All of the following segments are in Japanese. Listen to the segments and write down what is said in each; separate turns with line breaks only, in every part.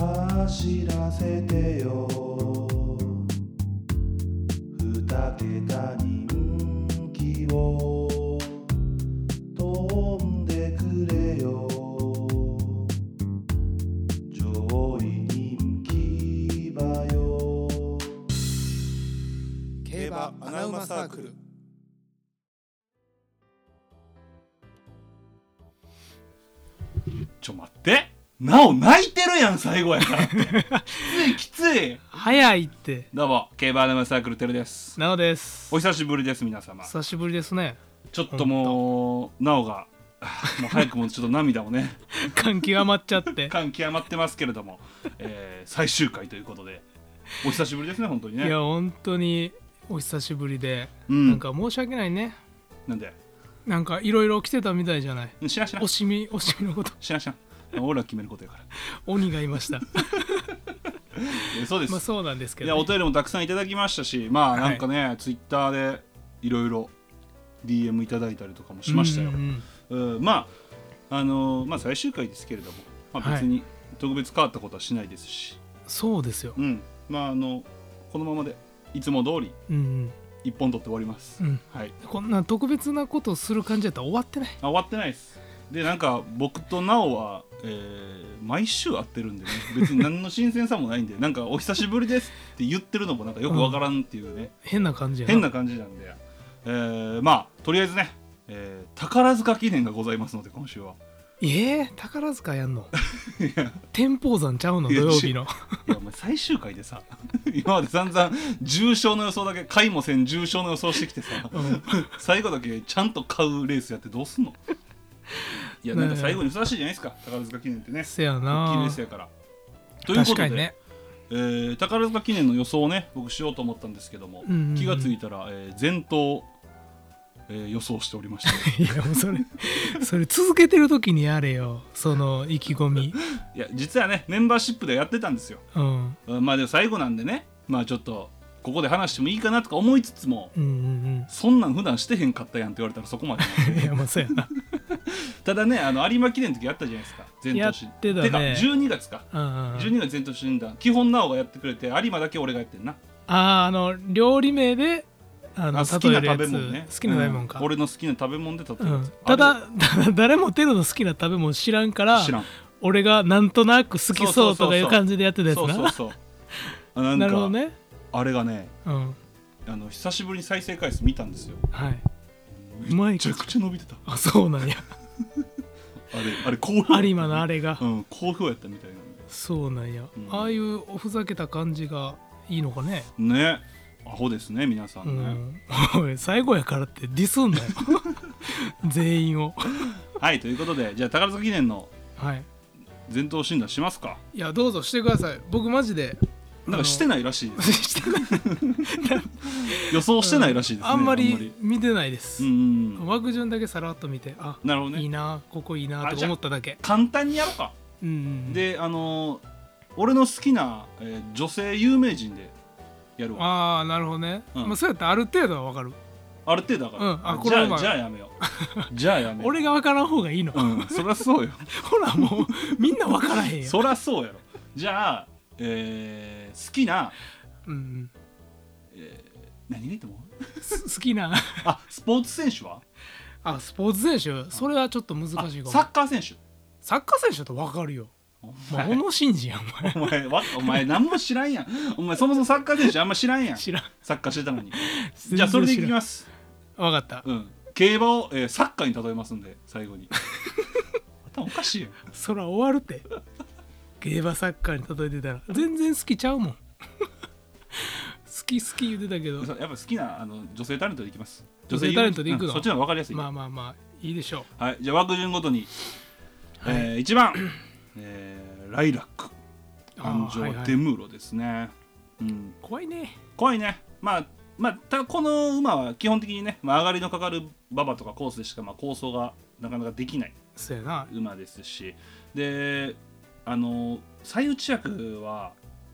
走らせてよ二桁人気を飛んでくれよ上位人気馬よ
競馬アナウマサークル
ちょ待ってなお泣いてるやん最後やからって きついきつい
早いって
どうも競馬アナウンサークルテルです
なおです
お久しぶりです皆様
久しぶりですね
ちょっともうなおが もう早くもちょっと涙をね
感極まっちゃって
感極まってますけれども、えー最終回ということでお久しぶりですね本当に
いや
ね
本当にお久しぶりで、
うん
なんか申し訳ないね
なんで
なんかいろいろ来てたみたいじゃない
知らん知らん
おしみ おしみのこと
知らん知らん俺ら決めることやから
鬼がいました
えーそうです、
まあそうなんですけ
い
ど
や
ね、
お便りもたくさんいただきましたしまあなんかね、ツイッターでいろいろ DM いただいたりとかもしましたよ、
うんうん
うんまああのーまあ最終回ですけれども、まあ、
はい
別に特別変わったことはしないですし、
そうですよ
うんまああのこのままでいつも通り
うん
一本取って終わります、
うん、うん、
はい
こんな特別なことする感じやったら終わってない
あ終わってないですでなんか僕となおは、えー毎週会ってるんでね別に何の新鮮さもないんでなんか「お久しぶりです」って言ってるのもなんかよくわからんっていうね、
変な感じや
変な感じなんで、えーまあとりあえずね、えー宝塚記念がございますので今週は
えー、宝塚やん の天保山ちゃうの土曜日の
いやお前最終回でさ 今まで散々重症の予想だけ買いもせん重症の予想してきてさ、
ん
最後だけちゃんと買うレースやってどうすんのいやなんか最後にふさわしいじゃないですか宝塚記念って ね
せや
大きいレ
な
ースやからというこ
確
と
か
で、
にね
えー宝塚記念の予想をね僕しようと思ったんですけども、
うんうんうん
気がついたら、えー前頭、えー予想しておりました
いやもうそれそれ続けてる時にやれよその意気込み
いや実はねメンバーシップでやってたんですよ
うん
うんまあでも最後なんでねまあちょっとここで話してもいいかなとか思いつつも、
うんうん
そんなん普段してへんかったやんって言われたらそこまで
うんい やもうそうやな
ただねあの有馬記念の時やったじゃないですか前頭診
やってたね
てか12月か
うんうん
12月前頭診断基本なおがやってくれて有馬だけ俺がやってんな
あーあの料理名であの
あ好きな
例える
食べ
やつ
物ね
好きな食べ物か、
うん俺の好きな食べ物で例え
う
る
ん
やつ
た
あ
だただ誰もテロの好きな食べ物知らんから
れ知らん
俺がなんとなく好きそうとかいう感じでやってたやつ
そうそう
な
そうあなん
な
か
るほどね
あれがね
うん
あの久しぶりに再生回数見たんですよ
はい
め
うまい
ちゃくちゃ伸びてた
あそう なんや
あれあれ好評
有馬のあれが、
うん好評やったみたいなんで
そうなんや、
うん
ああいうおふざけた感じがいいのかね
ねアホですね皆さんね、
うん、 おい最後やからってディス んなよ全員を
はいということでじゃあ宝塚記念の
はい
前頭診断しますか
いやどうぞしてください僕マジで
なんかしてないらしいです
してない
予想してないらしいですね
あんまり見てないです、
うんうん
枠順だけさらっと見てあ
なるほど
いい
ね
なここいいな
あ
とか
じゃあ
思っただけ
簡単にやろうか
うんうん
であのー俺の好きなえー女性有名人でやるわ
ああなるほどね、
うん
まあ、そうやったらある程度はわかる
ある程度だから、
うんあこ
じ
れは
ゃ
ま
あ
あ
じゃあやめようじゃあやめよう
俺がわからん方がいいの、
うんそりゃそうよ
ほらもうみんなわからへんよ、
そりゃそうやろじゃあ、えー好きな
うんうん、
何がいいと思う
す好きな
あスポーツ選手は
あスポーツ選手それはちょっと難しいか
あ
も
サッカー選手
サッカー選手だとわかるよ
お
まあ、
前
小野伸二やんお前
お前わお前何も知らんやんお前そもそもサッカー選手あんま知らんやん
知らん
サッカーして たのにじゃあそれでいき
す
ます
分かった
うん、競馬を、えーサッカーに例えますんで最後 に頭おかしいよ
そら終わるって競馬サッカーに例えてたら全然好きちゃうもん 好き好き言ってたけど
やっぱ好きなあの女性タレントでいきます
女性タレントでいくの
うんそっちの方が分かりやすい、
まあまあまあいいでしょ
はい、じゃあ枠順ごとに、
はい
え1番、えーライラック
う
安
あーは
城
いはい
デムーロですね、うん、
怖いね
怖いねまあまあ、ただこの馬は基本的にね、まあ、上がりのかかる馬場とかコースでしか、まあ、構想がなかなかできない
そうやな
馬ですしであの最内役は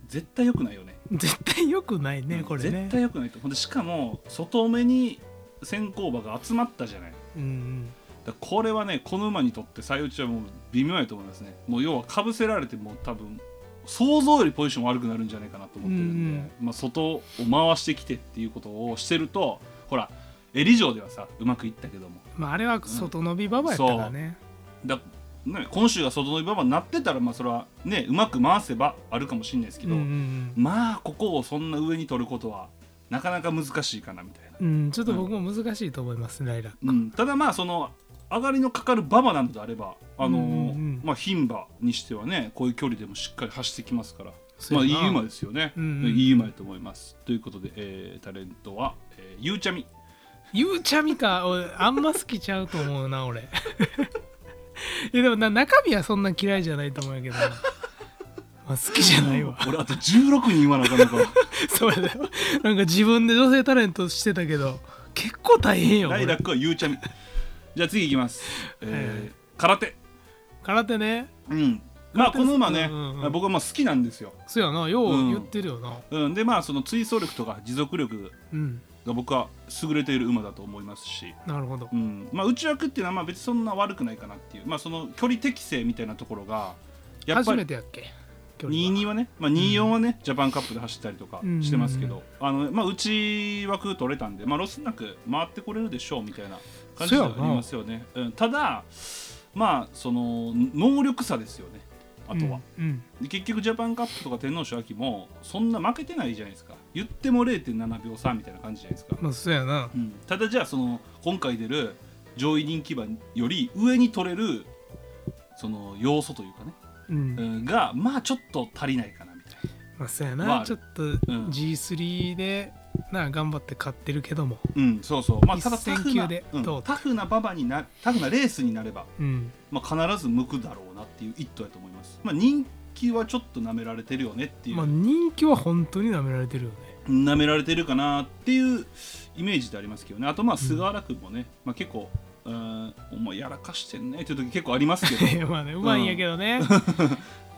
絶対良くないよね
絶対良くないねこれね
絶対良くないとほんでしかも外目に先行馬が集まったじゃないだか
うん
らこれはねこの馬にとって最内はもう微妙やと思いますねもう要はかぶせられてもう多分想像よりポジション悪くなるんじゃないかなと思ってるんで、
うん
まあ、外を回してきてっていうことをしてるとほらエリ城ではさうまくいったけども
まああれは外伸びババやったからね、
だ、ね、今週が外の馬場になってたらまあそれはねうまく回せばあるかもしれないですけ
うん
ど、
うんうん
まあここをそんな上に取ることはなかなか難しいかなみたいな、
うん、ちょっと僕も難しいと思います、ライラック
うん、ただまあその上がりのかかる馬場なのであればあのー
うんうんうん
まあ牝馬にしてはねこういう距離でもしっかり走ってきますから
そう
まあ
や
い
ない
馬ですよね、
うんうん
いい馬やと思いますということで、えータレントは、えー、ゆうちゃみ
ゆうちゃみか俺あんま好きちゃうと思うな俺 いやでもな中身はそんな嫌いじゃないと思うんやけどな、まあ、好きじゃないわ
俺あと16人言わなあか んのか
そうやだよなんか自分で女性タレントしてたけど結構大変よ
ライ
俺
ラックはゆうちゃみじゃあ次いきます、えー
はい
空手
空手ね
うんまあこの馬ね、
うんうんうん
僕はまあ好きなんですよ、
そうやなよう
うん
言ってるよな
うん、でまあその追走力とか持続力
うん、
が僕は優れている馬だと思いますし、
なるほど
うんまあ、内枠っていうのはまあ別にそんな悪くないかなっていう、まあ、その距離適正みたいなところがやっ
初
ぱ
め
り
てやっけ距離は
22はね、まあ、24はね、ジャパンカップで走ったりとかしてますけど、あのまあ、内枠取れたんで、まあ、ロスなく回ってこれるでしょうみたいな感じではありますよね、うん、ただまあその能力差ですよねあとは、
うん、うん
で結局ジャパンカップとか天皇賞秋もそんな負けてないじゃないですか言っても0.7秒差みたいな感じじゃないですか、
まあそうやな
うんただじゃあその今回出る上位人気馬より上に取れるその要素というかね、
うん
うんがまあちょっと足りないかなみたいな
まあそうやな、
まあ
ちょっと
ん
G3 で、な頑張って買ってるけども
うんそうそうまあ
一
ただタ
戦
フ
級
な、
で
うん
どう
タフな馬場になタフなレースになれば、
うん
まあ、必ず向くだろうなっていう一頭やと思いますまあ人気はちょっと舐められてるよねっていう、
まあ人気は本当に舐められてるよね
舐められてるかなっていうイメージでありますけどねあとまあ菅原君もね、まあ、結構うんお前やらかしてんねっていう時結構ありますけど
いやまあねうまいんやけど ね、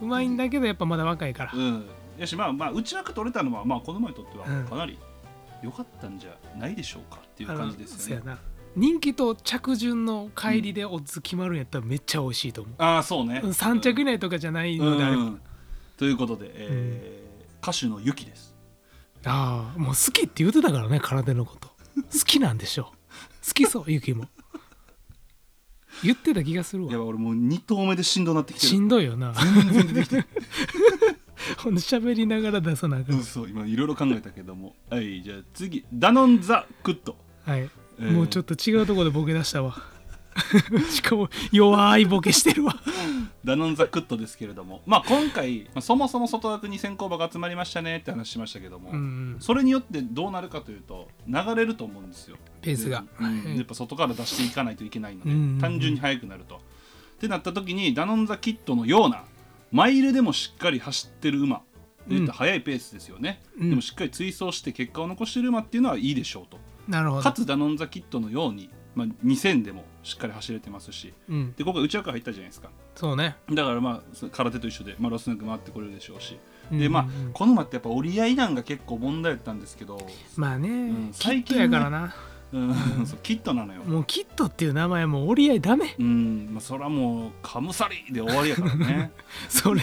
うまいんだけどやっぱまだ若いから、
うん、やしまあまあ内枠取れたのはまあこの馬にとっては
うん
かなり良かったんじゃないでしょうかっていう感じですよ
あの
ね。
そうやな人気と着順の帰りでオッズ決まるんやったらめっちゃ美味しいと思う、
ああそうね。
3着以内とかじゃない
うん
のであれば、
うんということで、えー歌手のゆきです。
ああもう好きって言ってたからね空手のこと好きなんでしょう好きそうゆきも言ってた気がするわ
やばい俺もう2投目で振動なってきて
し
る。
んどいよな。 ほんで喋りながら出さなあか
うん
ん。
そう今いろいろ考えたけども。はいじゃあ次ダノンザクッド。
はい。
えー
もうちょっと違うところでボケ出したわ。 しかも弱いボケしてるわ。
ダノンザクッドですけれども、まあ今回まあそもそも外枠に先行馬が集まりましたねって話しましたけども。
うんうん。
それによってどうなるかというと流れると思うんですよ
ペースが
うん
はい
やっぱ外から出していかないといけないので、
うんうんうん
単純に速くなるとってなった時にダノン・ザ・キットのようなマイルでもしっかり走ってる馬で言ったら速いペースですよね、
うん
でもしっかり追走して結果を残してる馬っていうのはいいでしょうと、
なるほ
か
ど。
つダノン・ザ・キットのように、まあ、2000でもしっかり走れてますし
うん。
で今回内枠入ったじゃないですか
そうね。
だからまあそ空手と一緒で、まあ、ロスなく回ってこれるでしょうし
うんうん
で
うん
まあこの馬ってやっぱ折り合いなんが結構問題だったんですけど
まあ
う
ね
ん、
キッ
最
ト
近ね
やからな。
うんそうキットなのよ。
もうキットっていう名前も折り合いダメ。
うん、まあ、それはもうカムサリで終わりやから ね。
それ。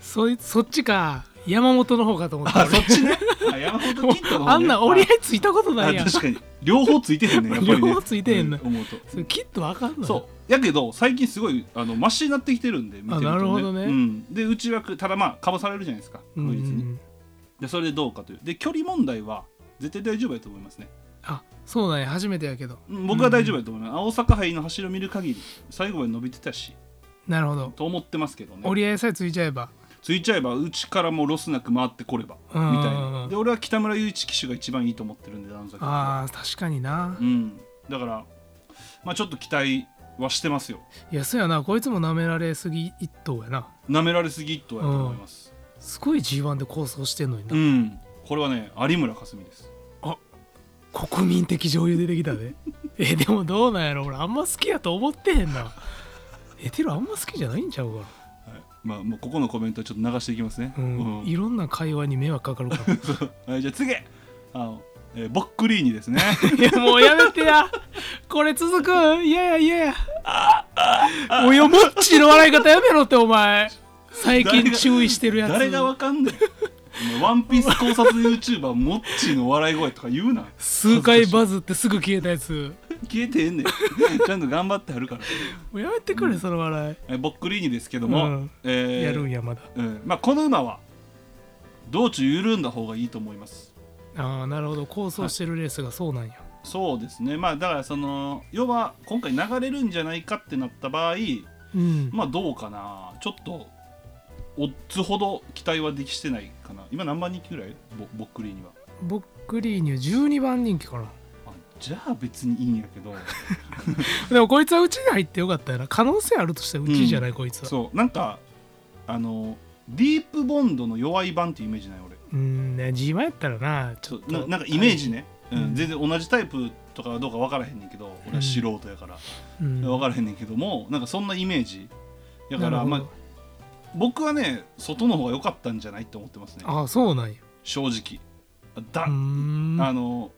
そいそっちか。山本の方かと思った。
あ、そっちね。あ、山本キットの方、ね、
あんな折り合いついたこと
あ
ないやん。
あ
そ
確かに両方ついてへんね。やっぱりね
両方ついてへんの
う思うと。
れキットわかんない。
そう。やけど最近すごいあのマシになってきてるんで見てると、ね、
あなるほどね
うん、で内枠ただまあかばされるじゃないですか
うんう
確
んう
実に、
ん。
でそれでどうかというで距離問題は絶対大丈夫やと思いますね
あ、そうだね。初めてやけど。
うん僕は大丈夫やと思います、大阪杯の走りを見る限り最後まで伸びてたし
なるほど。
と思ってますけどね
折り合いさえついちゃえば
ついちゃえばうちからもロスなく回ってこれば
うん
みたいなで俺は北村雄一騎手が一番いいと思ってるんでダウンザキットは
あー確かにな、
うんだからまあちょっと期待はしてますよ
いやそうやなこいつも舐められすぎ一頭やな
なめられすぎとはやと思います
すごい G1 で構想してんのにな、
うん、これはね有村架純です
国民的女優出てきたで えでもどうなんやろ俺あんま好きやと思ってへんなえテロあんま好きじゃないんちゃうか
まあもうここのコメントはちょっと流していきますね、
うん、
うん
いろんな会話に迷惑かかる から
はい、じゃあ次あの、えーボックリーニで すね
いやもうやめてやこれ続くんいやいやいやいやもうよもっちの笑い方やめろってお前最近注意してるやつ
誰がわかんないワンピース考察 YouTuber モッチーの笑い声とか言うな
数回バズってすぐ消えたやつ
消えてへんねんちゃんと頑張ってはるから
もうやめてくれ、その笑
えボックリーニですけども、
うん
え
い
ー
やるんやまだ
うんまあ、この馬は道中緩んだ方がいいと思います
ああなるほど構想してるレースがそうなんや、
そうですねまあだからその要は今回流れるんじゃないかってなった場合
うん、
まあどうかなちょっとオッズほど期待はできしてないかな今何番人気ぐらいボボックリーには
ボックリーニュ12番人気かな
あじゃあ別にいいんやけど
でもこいつはうちに入ってよかったよな可能性あるとしてうちじゃない、こいつは
そうなんかあのディープボンドの弱い版っていうイメージない俺
うんね G 前やったらなち
ち
ょ
ょ
っと
ななんかイメージね、うん
うん
全然同じタイプとかはどうか分からへんねんけど俺は素人やから、
うん
分からへんねんけどもなんかそんなイメージだか
なる
ら
ほど
まあ僕はね外の方が良かったんじゃないって思ってますね
ああそうなんや
正直だ、
うーん
あの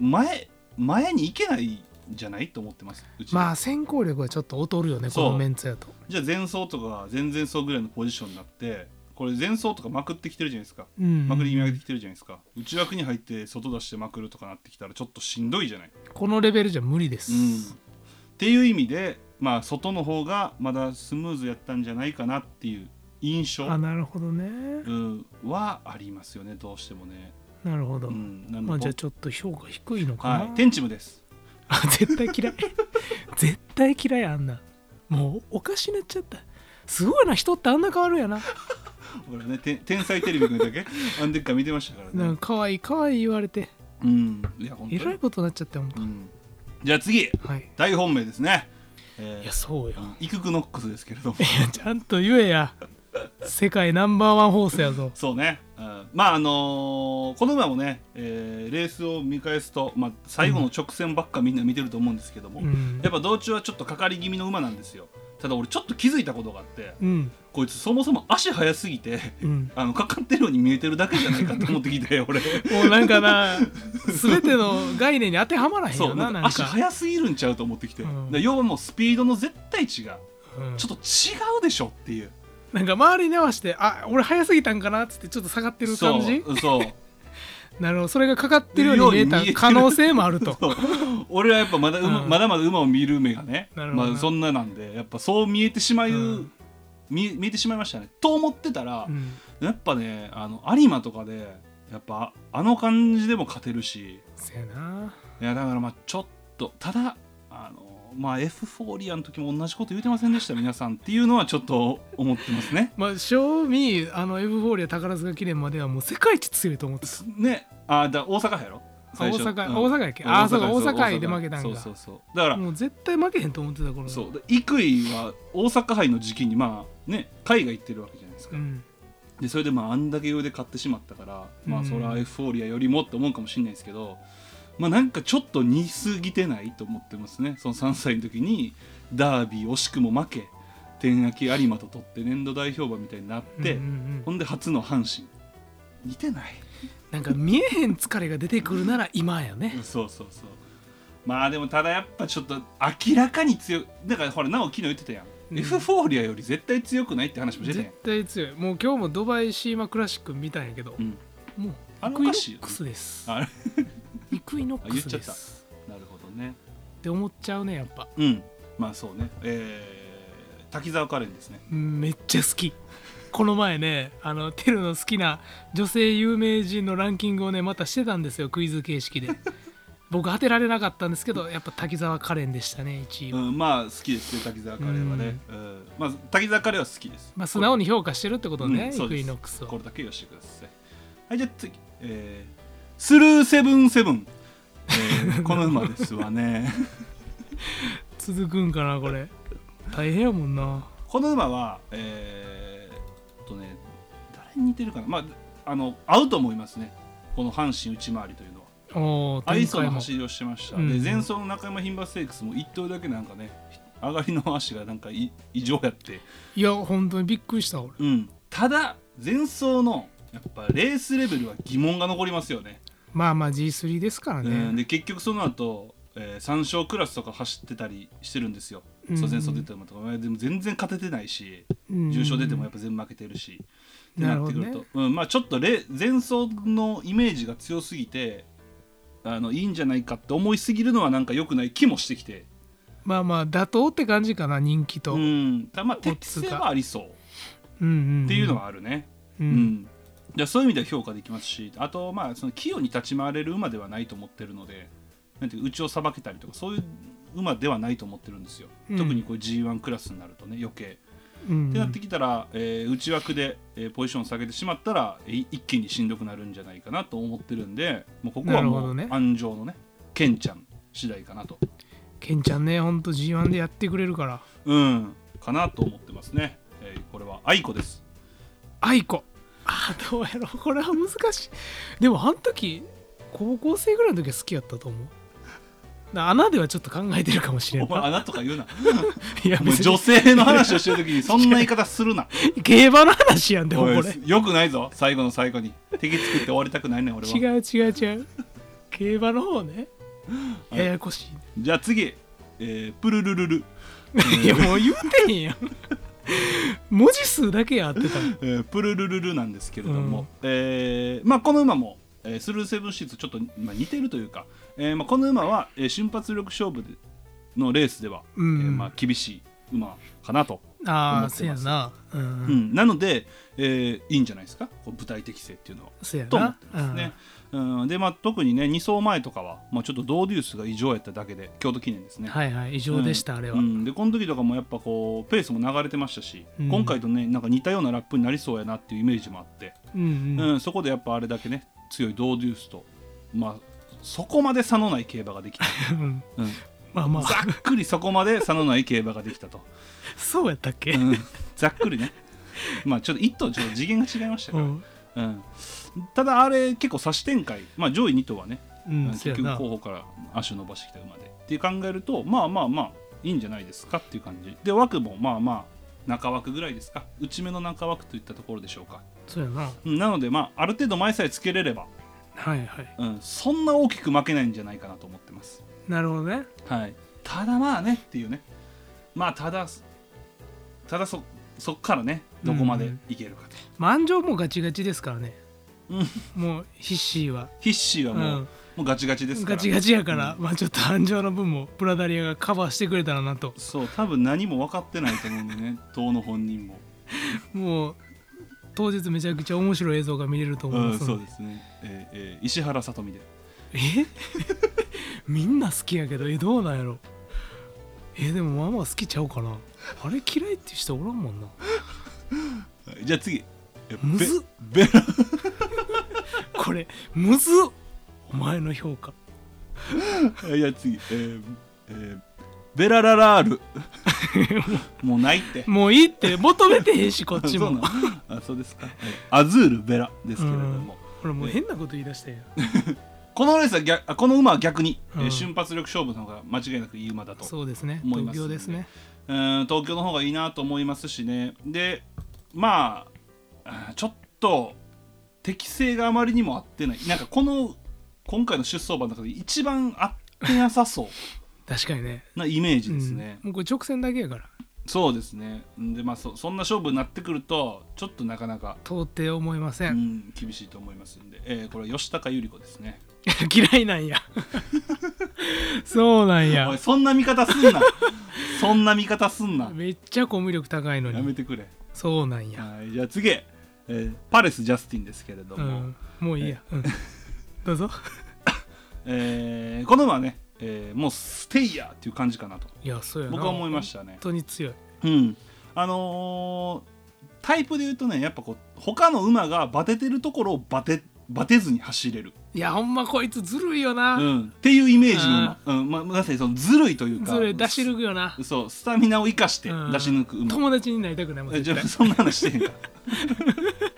前前に行けないんじゃないと思ってますうち
まあ先行力はちょっと劣るよねこ
そう
のメンツやと
じゃあ前走とか前々走ぐらいのポジションになってこれ前走とかまくってきてるじゃないですか
うん
まくり気味上げてきてるじゃないですか内枠に入って外出してまくるとかなってきたらちょっとしんどいじゃない
このレベルじゃ無理です、
っていう意味で、まあ、外の方がまだスムーズやったんじゃないかなっていう印象、
あなるほどね
うん、はありますよねどうしてもね。
なるほど、
うん、な
まあ
の
じゃ
で
あちょっと評価低いのかな、
はい、天チムです。
あ絶対嫌い 絶対嫌いあんなもうおかしなっちゃったすごいな人ってあんな変わるんやな
俺ねて天才テレビくん だけアンデッカー見てましたからね。
なんか可愛い可愛い言われて
うん、いや本当
えら
に
い、ことになっちゃったよほんと
うん。じゃあ次
はい
大本命ですね。え
い
ー
やそうよ
うんイククノックスですけれども
いやちゃんと言えや世界ナンバーワンホースやぞ
そうね、うんまああのーこの馬もね、えーレースを見返すと、まあ、最後の直線ばっかみんな見てると思うんですけども、
うん
やっぱ道中はちょっとかかり気味の馬なんですよただ俺ちょっと気づいたことがあって
うん
こいつそもそも足速すぎて
うん
あのかかってるように見えてるだけじゃないかと思って きて俺
もうなんかな全ての概念に当てはまらへん
そ
よ
うな
なんなん
か
か
足速すぎるんちゃうと思ってきて、
うん
で要はもうスピードの絶対値が
うん
ちょっと違うでしょっていう、
なんか周りに合わせてあ俺早すぎたんかなっつってちょっと下がってる
そ
感
う
じ
そう
なるほどそれがかかってるように見えた可能性もあると
そう 俺はやっぱまだ,、
うん
まだまだ馬を見る目がね
なるほどな
まあ、そんななんでやっぱそう見えてしまう、
うん
見見えてしまいましたねと思ってたら、
うん
やっぱねあの有馬とかでやっぱあの感じでも勝てるし
せやない
やだからまあちょっとただあのまあエフフォーリアの時も同じこと言うてませんでした皆さんっていうのはちょっと思ってますね。
まあ正味あのエブフォーリア宝塚記念まではもう世界一強いと思ってた
ねあだ大阪やろ
あ大阪大阪やっけ
うん
あそうか
そう
大阪で負けたんか
そうそうそうだから、
もう絶対負けへんと思ってた頃
そうでイクイは大阪杯の時期にまあね海外行ってるわけじゃないですか、
うん
でそれでまああんだけ上で買ってしまったから、ま
う
あ
ん
それはエフフォーリアよりもって思うかもしれないですけどまあなんかちょっと似すぎてないと思ってますねその3歳の時にダービー惜しくも負け天明有馬と取って年度代表馬みたいになっ
う
て、
んうんうん
ほんで初の阪神似てない
なんか見えへん疲れが出てくるなら今やね。
そうそうそうまあでもただやっぱちょっと明らかに強いだからほらなお昨日言ってたやん、
うん
エフフォーリアより絶対強くないって話もしてたや
絶
ん、
対強い。もう今日もドバイシーマクラシック見たんやけど、
うん、
も
あ
うイ
れ
クイ
お
ノ
かしいよ
ックスです。
あれ
イクイノックス
あ言
で
っちゃっ
す。
なるほどね
って思っちゃうね、やっぱ。
うんまあそうねえー、滝沢カレンですね
うんめっちゃ好き。この前ね、あの、テルの好きな女性有名人のランキングをね、またしてたんですよ、クイズ形 式で。僕当てられなかったんですけど、やっぱ滝沢カレンでしたね、1位
う
は。
んまあ好きですね滝沢カレンはね、うんまあ滝沢カレンは好きです
まあ、素直
に
に評価してるってことね、
うん
イクイノックス
こ
を。
れだけ言わしてくださいはいじゃあ次えー、スルーセブンセブン、えー、この馬ですわね
続くんかな、これ。大変やもんな。
この馬はえーっとね誰に似てるかなまああの合うと思いますねこの阪神内回りというのは
おお、
愛想の走りをしてました、
うんうん
で前走の中山牝馬ステークスも一頭だけなんかね上がりの足がなんかい異常やって、
いや本当にびっくりした俺
うん、ただ前走のやっぱレースレベルは疑問が残りますよね、
まあまあ G3 ですからね、
うん、で結局その後、え3勝クラスとか走ってたりしてるんですよ、
うん
そう前走出てたのとかでも全然勝ててないし
うん
重賞出てもやっぱ全部負けてるし、って
なる
なっ
ほ
て
ど
く
ね
るとうんまあ、ちょっとれ前走のイメージが強すぎてあのいいんじゃないかって思いすぎるのはなんか良くない気もしてきて、
まあまあ妥当って感じかな人気と、
う
うん
んたまあ、適性はありそう
うんうん
っていうのはあるね、
う
うん
ん
じゃあそういう意味では評価できますしあとまあその器用に立ち回れる馬ではないと思ってるのでなんていううちをさばけたりとかそういう馬ではないと思ってるんですよ、
うん
特にこう G1 クラスになるとね余計。
うん
ってなってきたら、えー内枠で、えーポジション下げてしまったら、えー一気にしんどくなるんじゃないかなと思ってるんでもうここは
なるほ
も
ど
う
ね
安城のねケンちゃん次第かなと
ケンちゃんねほんと G1 でやってくれるから
うんかなと思ってますね、えーこれは愛子です
愛子あーどうやろうこれは難しいでもあの時高校生ぐらいの時は好きやったと思うな穴ではちょっと考えてるかもしれ
お
んな
前穴とか 言うな
いや
もう
別
女
に
性の話をしてる時にそんな言い方するな
競馬の話やんでもこれ
おいよくないぞ最後の最後に敵作って終わりたくないねん俺は
違う違う違う競馬の方ね
はい
ややこしい、
じゃあ次、えープルルルル、
い、やもう言うてへんやん文字数だけやってた
えープルルルルなんですけれども、
うん
えーまあ、この馬も、えースルーセブンシーズちょっと、まあ、似てるというか、えーまあ、この馬は、えー瞬発力勝負でのレースでは、
うん
えーまあ、厳しい馬かなと、
あ
思
あ
って
せや
ます
なうん、
うんなので、えーいいんじゃないですかこう舞台適性っていうのは。
せや
と思っ
な
てますね。うん、でまあ特にね2走前とかは、まあ、ちょっとドーデュースが異常やっただけで京都記念です
うん
ね。
はいはい異常でした、あれは、
うんでこの時とかもやっぱこうペースも流れてましたし、
うん
今回とねなんか似たようなラップになりそうやなっていうイメージもあって、
うん
う
うん
んそこでやっぱあれだけね強いドーデュースと、まあ、そこまで差のない競馬がで きた、
うん
うん
まあま
ざ
あ
っくりそこまで差のない競馬ができたと、
そうやったっけ、
う
うん
んざっくりねまあちょっと一頭ちょっと次元が違いましたから、うんただあれ結構差し展開、まあ、上位2頭はね、
うん
うん
せ
結
や
局
な
候補から足を伸ばしてきた馬でって考えるとまあまあまあいいんじゃないですかっていう感じで枠もまあまあ中枠ぐらいですか内目の中枠といったところでしょうか、
そうやな
うんなのでまあある程度前さえつけれれば、
はいはい
うん、そんな大きく負けないんじゃないかなと思ってます
なるほどね
はいただまあねっていうねまあただただそそっからねどこまでいけるかと、
満場もガチガチですからね
うん
もう必死は
必死はもう,、
うん
もうガチガチですから
ガチガチやから、まあちょっと安城の分もプラダリアがカバーしてくれたらなと
そう多分何も分かってないと思うんでね 党の本人も
もう当日めちゃくちゃ面白い映像が見れると思いますので、
すね、えーえー石原さとみで
え みんな好きやけどえどうなんやろえでもまあまあ好きちゃうかなあれ嫌いっていう人おらんもんな
はいじゃあ次え
むずっ
ベ ベラ
これむずっお前の評価
いや次、えーえーベラララー ルもうないって
もういいって求めてへんしこっ
あ
ち
そう
も
なのあそうですか、はいアズールベラですけれども、
これもう変なこと言い出したやん
このレースは逆あこの馬は逆に、えー
うん
瞬発力勝負の方が間違いなくいい馬だと
そうですね
思いま
東京
す
ですね
うん東京の方がいいなと思いますしねでまああーちょっと適性があまりにも合ってないなんかこの今回の出走馬の中で一番合ってなさそう
確かにね
なイメージですね、
うん、もうこれ直線だけやから
そうですねでまあそそんな勝負になってくるとちょっとなかなか、
到底思いませ、
うんん、厳しいと思いますんで、えーこれは吉高由里子ですね
嫌い なんやそうなん
おい
や
そんな見方すんな そんな見方すんな
めっちゃコミュ力高いの
やめ
に
てくれ
そうなんや、
はいじゃあ次、えーパレス・ジャスティンですけれど
う
も、
ん、もういいや、うん、どうぞ
えーこの馬はね、えーもうステイヤーっていう感じかなと
いやそうやな
僕は思いましたね
本。当に強い
うん、あのータイプで言うとねやっぱこう他の馬がバテてるところをバテバテずに走れる、
いやほんまこいつずるいよな、
うん、っていうイメージの馬、うんままさにそのずるいというか
ずるい出し抜くよな
すそうスタミナを生かして
うん
出し抜く馬、
友達になりたくないもん
えじ
絶
ゃあ
対
そんな話してへんか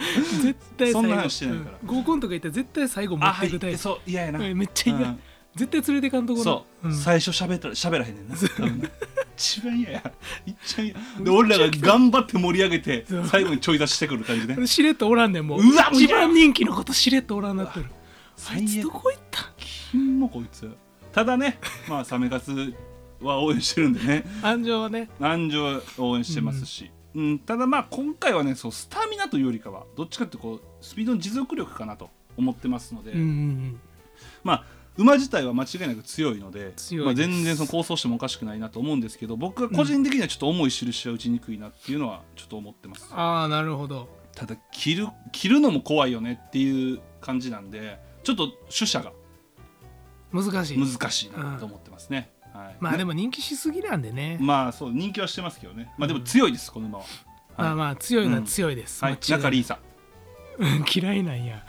ら
絶対最後
そんな話してないから
うん合コンとか行ったら絶対最 後持
あ
っ
は
てくタイ
い
プ、
そう嫌やな、
うんめっちゃ嫌、
うん
絶対連れてかんとこな
そう、
ん
最初喋ったら喋らへんねんな多分な一番嫌や一番嫌で俺らが頑張って盛り上げて
そう
最後にちょい出ししてくる感じね
しれっとおらんねんもう
うわ
一番人気のことしれっとおらんなってるあ
最
いつ
悪
どこ行った
金もこいつただねまあサメカツは応援してるんでね
安城はね
安城は応援してますし、うん、ただまあ今回はねそうスタミナというよりかはどっちかっていうとこうスピードの持続力かなと思ってますので、
うんうんうん
まあ馬自体は間違いなく強いので
強
まあ、
いです
全然その構想してもおかしくないなと思うんですけど僕は個人的にはちょっと重い印は打ちにくいなっていうのはちょっと思ってます、
ああなるほど
ただ着る着るのも怖いよねっていう感じなんでちょっと取捨が
難しい
難しいなと思ってますね、はい、
まあで
も
も人気しすぎなんでね、
まあそう人気はしてますけどねまあでも強いですこの馬ははい
まあまあ強いのは
うん
強いです、
はい
間違
中
い
リーサ
うん嫌いなんや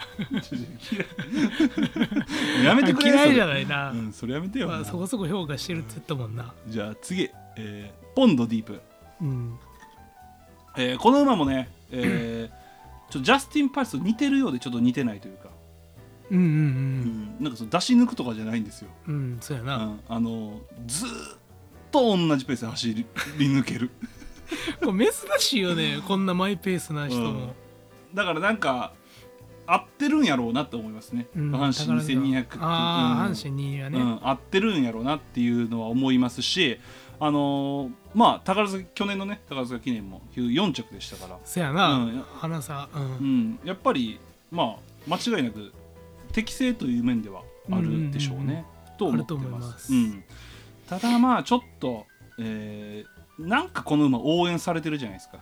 やめてくれ
嫌いじゃ
い
ないな、
うんそれやめてよ、
まあ、そこそこ評価してるって言ったもんな
じゃあ次、えーポンドディープ
うん
えーこの馬もね、えーちょっとジャスティン・パリスと似てるようでちょっと似てないというか、
うんう
うんんなんかその出し抜くとかじゃないんですよ、
うんうんそうや
う
な、
んあのずーっと同じペースで走り抜ける
これ珍しいよねこんなマイペースな人も、
だからなんか合ってるんやろうなって思いますね、
うん
阪神2200
宝塚ああ、
うん
阪神2はね、
うん、合ってるんやろうなっていうのは思いますしあのーまあ宝塚去年のね宝塚記念も4着でしたから
そやな、
うん
花さうん、
うん、やっぱりまあ間違いなく適正という面ではあるでしょうね、と思ってます
あると思い
うん、ただまあちょっと、えーなんかこの馬応援されてるじゃないですか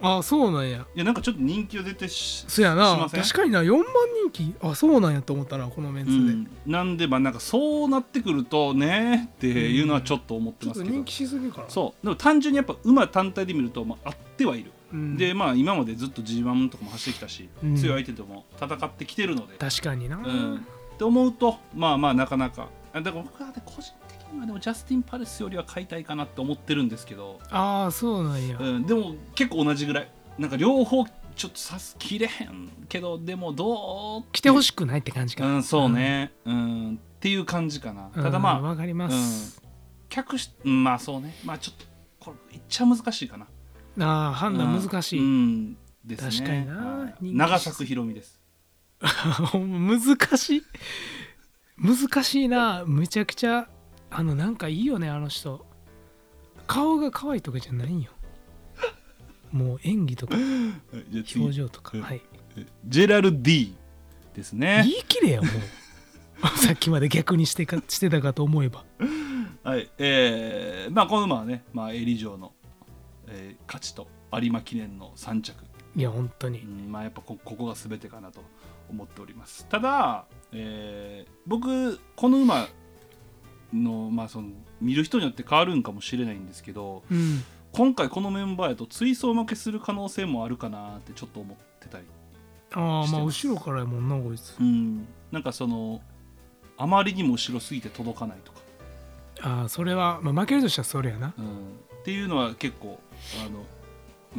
ああそうなんや
いやなんかちょっと人気を出てし
そや
しま
な
せん
確かにな4番人気あそうなんやと思ったなこのメン
う
ツで、
ん、なんでまあなんかそうなってくるとねっていうのはちょっと思って
ちょ
ま
っと
すけど、
人気しすぎるから
そうでも単純にやっぱ馬単体で見ると、まあ、合ってはいる、
う、ん、
でまあ今までずっと G1 とかも走ってきたし、
うん
強い相手とも戦ってきてるので
確かにな、
うんって思うとまあまあなかなかあだから僕はね個人的にはでもジャスティン・パレスよりは買いたいかなって思ってるんですけど、
ああそうなんや、
うん、でも結構同じぐらいなんか両方ちょっとさすきれへんけどでもどう
来てほ
し
しくないって感じ
い、
か、
うん、そうね、うん、っていう感じかな
うん
ただまあ、
わかります、
客しうんまあそうねまあちょっとこれいっちゃ難しいかな
ああ判断難しい、
うんうんです
確
ね、
かにな
はい
人気
長作ひろみです
ほんま 難しい難しいなむちゃくちゃあのなんかいいよねあの人顔が可愛いとかじゃないんよもう演技とか
じゃあ次
表情とか
うん
はい
ジェラル D ですね
言い切れよもう さっきまで逆にしてかしてたかと思えば
はい、えー、まあこの馬はね、まあ、エリ城の、えー勝ちと有馬記念の3着、
いや本当
う
に
んまあやっぱこここが全てかなと思っておりますただ、えー僕この馬の,、まあその見る人によって変わるんかもしれないんですけど
うん
今回このメンバーやと追走負けする可能性もあるかなってちょっと思ってたり、
ああ
して
まあ
ます
後ろからやもんなこいつ
うん、なんかそのあまりにも後ろすぎて届かないとか
ああそれは、まあ、負けるとしたらそれやな
うんっていうのは結構あの、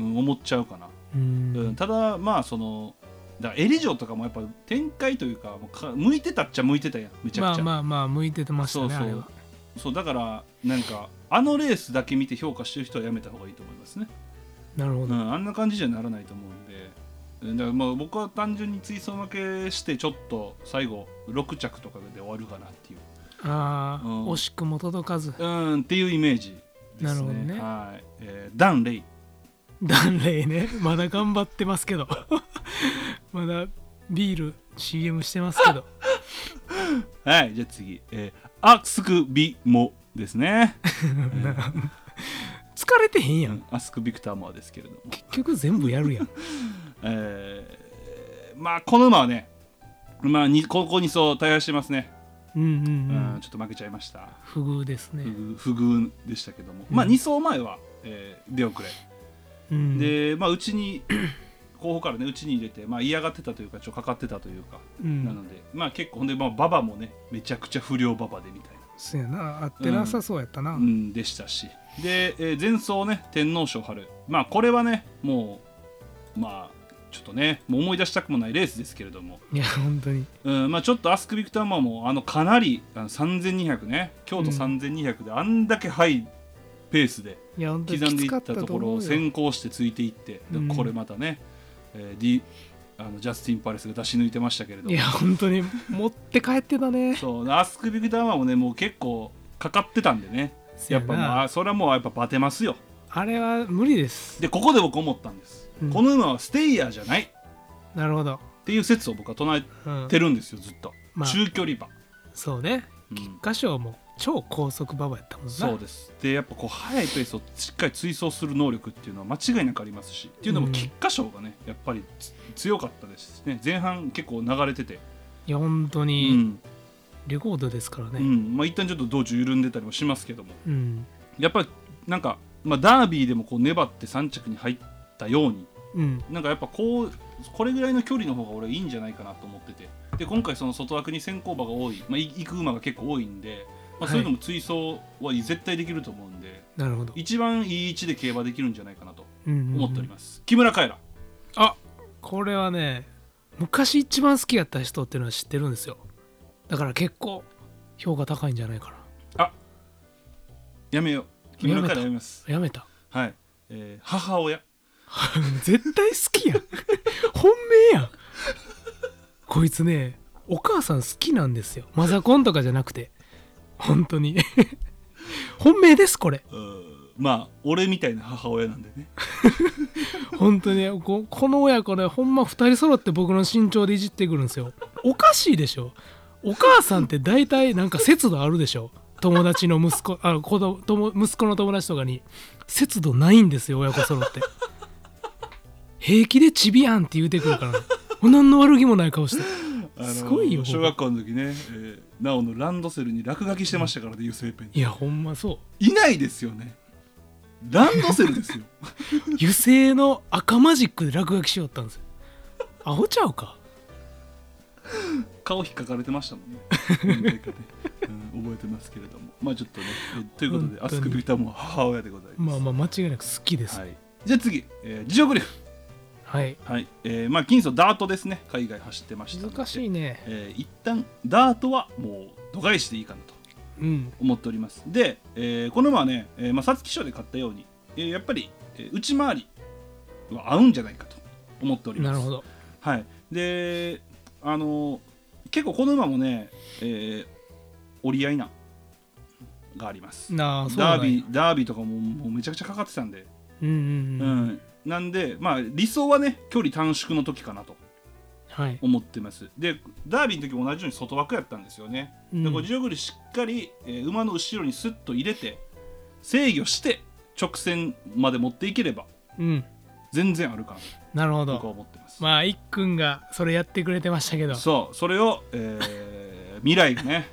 うん、思っちゃうかな、
う
うんん、ただまあそのだからエリジョとかもやっぱ展開というかもうか向いてたっちゃ向いてたやんめちゃ
ま
く
あ
ちゃ、
まあまあ向いててましたね
そうそう
あれは
そうだからなんかあのレースだけ見て評価してる人はやめた方がいいと思いますね、
なるほ
う
ど
ん、あんな感じじゃならないと思うんでうんだからまあ僕は単純に追走負けしてちょっと最後6着とかで終わるかなっていう
ああ
うん
惜しくも届かず
うんっていうイメージですね
なるほどね
はい、えーダン・レイ
ダンレイねまだ頑張ってますけど まだビール CM してますけど
はい、じゃあ次、えー、アスクビモですね。
疲れてへんやん
アスクビクターモアですけれども、
結局全部やるやん
えーまあこの馬はね、まあにここにそう対応してますね、
うんうんう
うんん。ちょっと負けちゃいました。
不遇です
不
ね、
遇不遇でしたけども、
うん
まあ2走前は、えー出遅れ、
うん、
でまあうちに 後方からねうちに入れて、まあ嫌がってたというかちょっとかかってたというか、
うん
なのでまあ結構ほんでまあババもねめちゃくちゃ不良ババでみたいな。
そうやな合ってなさそうやったな、
うん、でしたしで、えー前走ね天皇賞春まあこれはねもうまあちょっとねもう思い出したくもないレースですけれども、
いや本当に
うんまあ、ちょっとアスクビクターマンもあのかなりあの3200ね京都
うん
3200であんだけハイペースで
いや本当
刻
にき
んで
つ
い
か
っ
ったた
と
と
ころ
思
を
うよ
先行してついていって、で
うん
これまたね、えー、D あのジャスティン・パレスが出し抜いてましたけれど
い
も
や本当に持って帰ってたね
そうアスクビクターマンもねもう結構かかってたんでねやっぱま
あ
あそれはもうやっぱバテますよ
あれは無理です
でここで僕思ったんです、
うん
この馬はステイヤーじゃないっ
なるほど、
ていう説を僕は唱え
うん
て、るんですよずっと、
まあ
中距離馬、
そうね
うん
歌唱も超高速馬場やったもんな
そうですでやっぱこう速いペースをしっかり追走する能力っていうのは間違いなくありますしっていうのも
うん
菊花賞がねやっぱりつ強かったですしね前半結構流れてて、
いや本当
う
に
ん
レコードですから
う
ね
んまあ、一旦ちょっと道中緩んでたりもしますけども
うん、
やっぱりなんか、まあ、ダービーでもこう粘って3着に入ったように
うん
なんかやっぱこうこれぐらいの距離の方が俺いいんじゃないかなと思っててで今回その外枠に先行馬が多い、まあ、い行く馬が結構多いんで、まあ、そういうのも追走は絶対できると思うんで、
なるほど、
一番いい位置で競馬できるんじゃないかなと
うんうんうん
思っております、木村カエラ
あこれはね昔一番好きやった人っていうのは知ってるんですよだから結構評価高いんじゃないか
やめよう木村カエラ
やめた
やめます
なやめた
はい、えー母親
絶対好きやん 本命やんこいつねお母さん好きなんですよマザコンとかじゃなくて本当に 本命ですこれ
うーまあ俺みたいな母親なんでね
本当にここの親子ねほんま2人揃って僕の身長でいじってくるんですよおかしいでしょお母さんって大体なんか節度あるでしょ友達の息子あ子供友息子の友達とかに節度ないんですよ親子揃って平気でちびやんって言うてくるからね何の悪気もない顔して
あの
すごいよ
小学校の時ね、えー、なおのランドセルに落書きしてましたからね優勢ペン
いやほんまそう
いないですよねランドセルですよ
油性の赤マジックで落書きしよったんですよアホちゃうか
顔引っかかれてましたもん ね何回かね、うん覚えてますけれどもまあちょっとねえということ
本
で
当に
アスクビクターも母親でございます、
まあまあ間違いなく好きです
はい、じゃあ次、えー、ジオグリフ
はい、
はい、えーまあ金素ダートですね海外走ってましたので
難しいね
えー一旦ダートはもう度外視でいいかなと
うん
思っておりますで、えーこの馬はね、えーまあ、皐月賞で買ったように、えーやっぱり、えー内回りは合うんじゃないかと思っております
なるほど
はい、であの結構この馬もね、えー折り合いながあります
なあそうなんや
ダービーダービーとかももうめちゃくちゃかかってたんで、
うんうん
う
うん、
ん、なんでまあ理想はね距離短縮の時かなと
はい、
思ってますでダービーの時も同じように外枠やったんですよね、
うん
でこうジオグリしっかり、えー馬の後ろにスッと入れて制御して直線まで持っていければ
うん、
全然あるかなと
なるほ
僕は
ど
思ってます、
まあいっくんがそれやってくれてましたけど
そうそれを、え ー未来がね、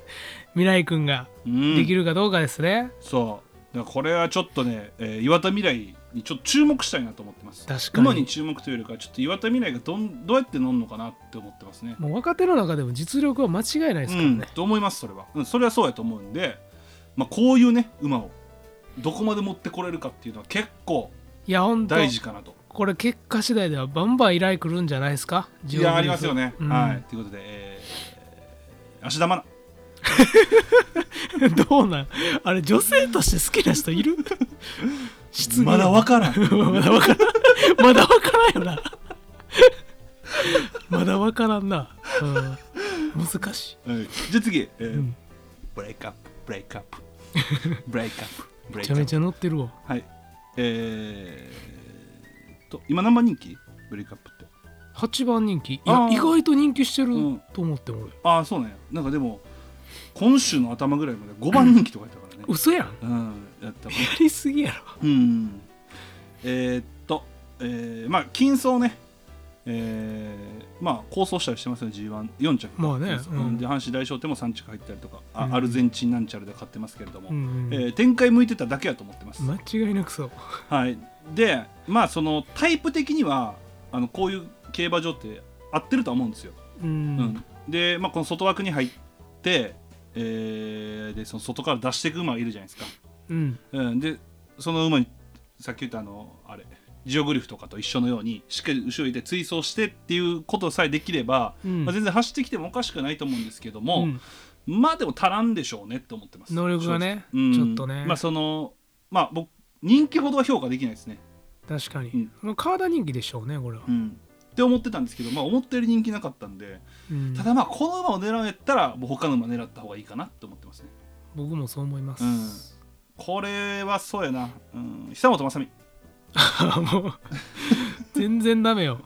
未来くんが
うん、
できるかどうかですね、
そうだからこれはちょっとね、えー岩田未来にちょっと注目したいなと思ってます
確かに
馬に注目というよりかはちょっと岩田未来がどんどうやって乗るのかなって思ってますね
もう若手の中でも実力は間違いないですから
うん
ね、
と思いますそれは、うん、それはそうやと思うんで、まあ、こういうね馬をどこまで持ってこれるかっていうのは結構
いやほんと
大事かなと
これ結果次第ではバンバン依頼来るんじゃないですか
いやありますよね、
うん
はいということで、えー、芦田愛菜
どうなんあれ女性として好きな人い る失礼
まだ 分からん
まだわからん。 まだわからんよな。 まだわからんな。うん、難しい。
はいじゃあ次、えー
ん
ブレイクアップブレイクアッ プブレイクアップブ
め
レイ
ちゃ
クア
め
ップ
ちゃ乗ってるわ。
はいえー、っと今何番人気ブレイクアップって
8番人気。い
あ
や
ー
意外と人気してる
うん
と思って俺。
ああそうなんやなんかでも今週の頭ぐらいまで5番人気とかやったからね
嘘やん。や
うんやったわ
りすぎやろ。
うんえーっとえー、まあ金層ねえー、まあ構想したりしてますよ G14 着
まあね
う
うん
ん、で阪神大賞でも3着入ったりとか、あ
うん
アルゼンチンなんちゃらで勝ってますけれども、
うん
えー展開向いてただけやと思ってます、
間違いなくそう。
はい、でまあそのタイプ的にはあのこういう競馬場って合ってるとは思うんですよ、
う
うん
ん。
で、まあ、この外枠に入って、えーでその外から出していく馬がいるじゃないですか、
うん。
うん、でその馬にさっき言ったあのあれジオグリフとかと一緒のようにしっかり後ろにいて追走してっていうことさえできれば、
うん
まあ、全然走ってきてもおかしくないと思うんですけど
う
も、
ん
まあでも足らんでしょうねって思ってます
能力がね
正直
ちょっとね
まあそのまあ僕人気ほどは評価できないですね
確かに。
うん
もう体人気でしょうね、これは。
うんって思ってたんですけど、まあ、思ったより人気なかったんで、
うん
ただまあこの馬を狙えたらもう他の馬狙った方がいいかなと思ってますね
僕もそう思います。
うんこれはそうやな、うん、久本雅美
もう 全然ダメよ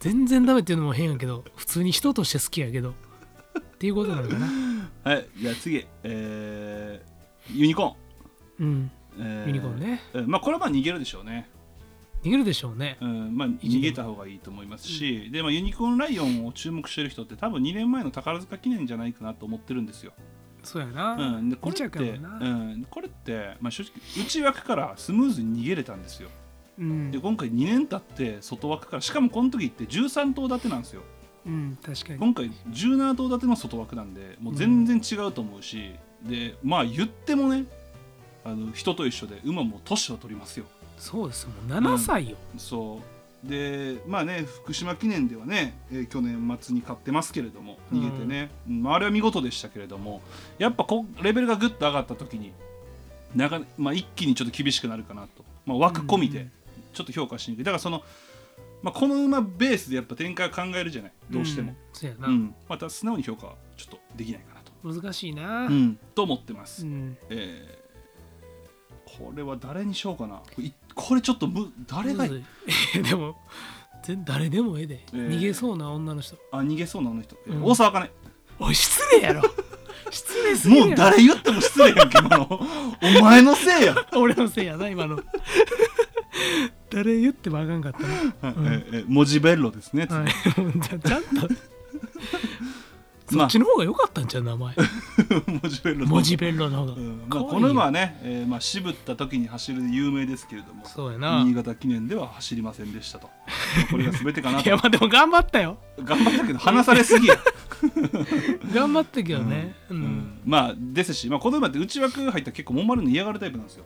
全然ダメっていうのも変やけど普通に人として好きやけどっていうことなのかな
はいじゃあ次えー、ユニコ
うん
ーン、えー
ユニコーンね
うんまあこれはまあ逃げるでしょうね、
逃げるでしょうね
うんまあ、逃げた方がいいと思いますし、でまあ、ユニコーンライオンを注目してる人って多分2年前の宝塚記念じゃないかなと思ってるんですよ、
そうやな、
うん、でこれっ
無
て、
茶やもん
う、
なん
これって、まあ、正直内枠からスムーズに逃げれたんですよ
うん
で今回2年経って外枠からしかもこの時って13頭立てなんですよ
うん確かに
今回17頭立ての外枠なんでもう全然違うと思うし、でまあ言ってもねあの人と一緒で馬も年を取りますよ
そうですもん7歳よ、
そうでまあね福島記念ではね、えー去年末に勝ってますけれども逃げてね、うんまあ、あれは見事でしたけれどもやっぱこうレベルがぐっと上がった時になか、まあ、一気にちょっと厳しくなるかなと、まあ、枠込み
う
で
ん
ちょっと評価しにくいだからその、まあ、この馬ベースでやっぱ展開を考えるじゃないどうしても
ん、そうや
う
な、
んまた素直に評価はちょっとできないかなと、
難しいな、
うんと思ってます、
うん
えーこれは誰にしようかなこれいこれちょっとむ誰が
むずいでも全誰でもええで、
えー
逃げそうな女の人
あ逃げそうなあの人、えー
うん
大沢かね
おい失礼やろ 失礼すぎるや
も
ろ
う誰言っても失礼やんけ今 のお前のせいや、
俺のせいやな今の 誰言ってもあかんかったな
えーえー文字ベッロですね、
はい、じゃちゃん とそ
ま
っ
あ
ちの方が良かったんじゃう名 前
文字ベッロ
文字ベッロの方が、
うんまあ、
可愛い
この馬はね、えーまあ、渋った時に走るで有名ですけれども
そうやな
新潟記念では走りませんでし たとまあこれが全てかない
や
と
まあでも頑張ったよ
頑張ったけど離されすぎや、
頑張ったけどね、う
うんんまあですし、まあ、この馬って内枠入ったら結構モンマルの嫌がるタイプなんですよ、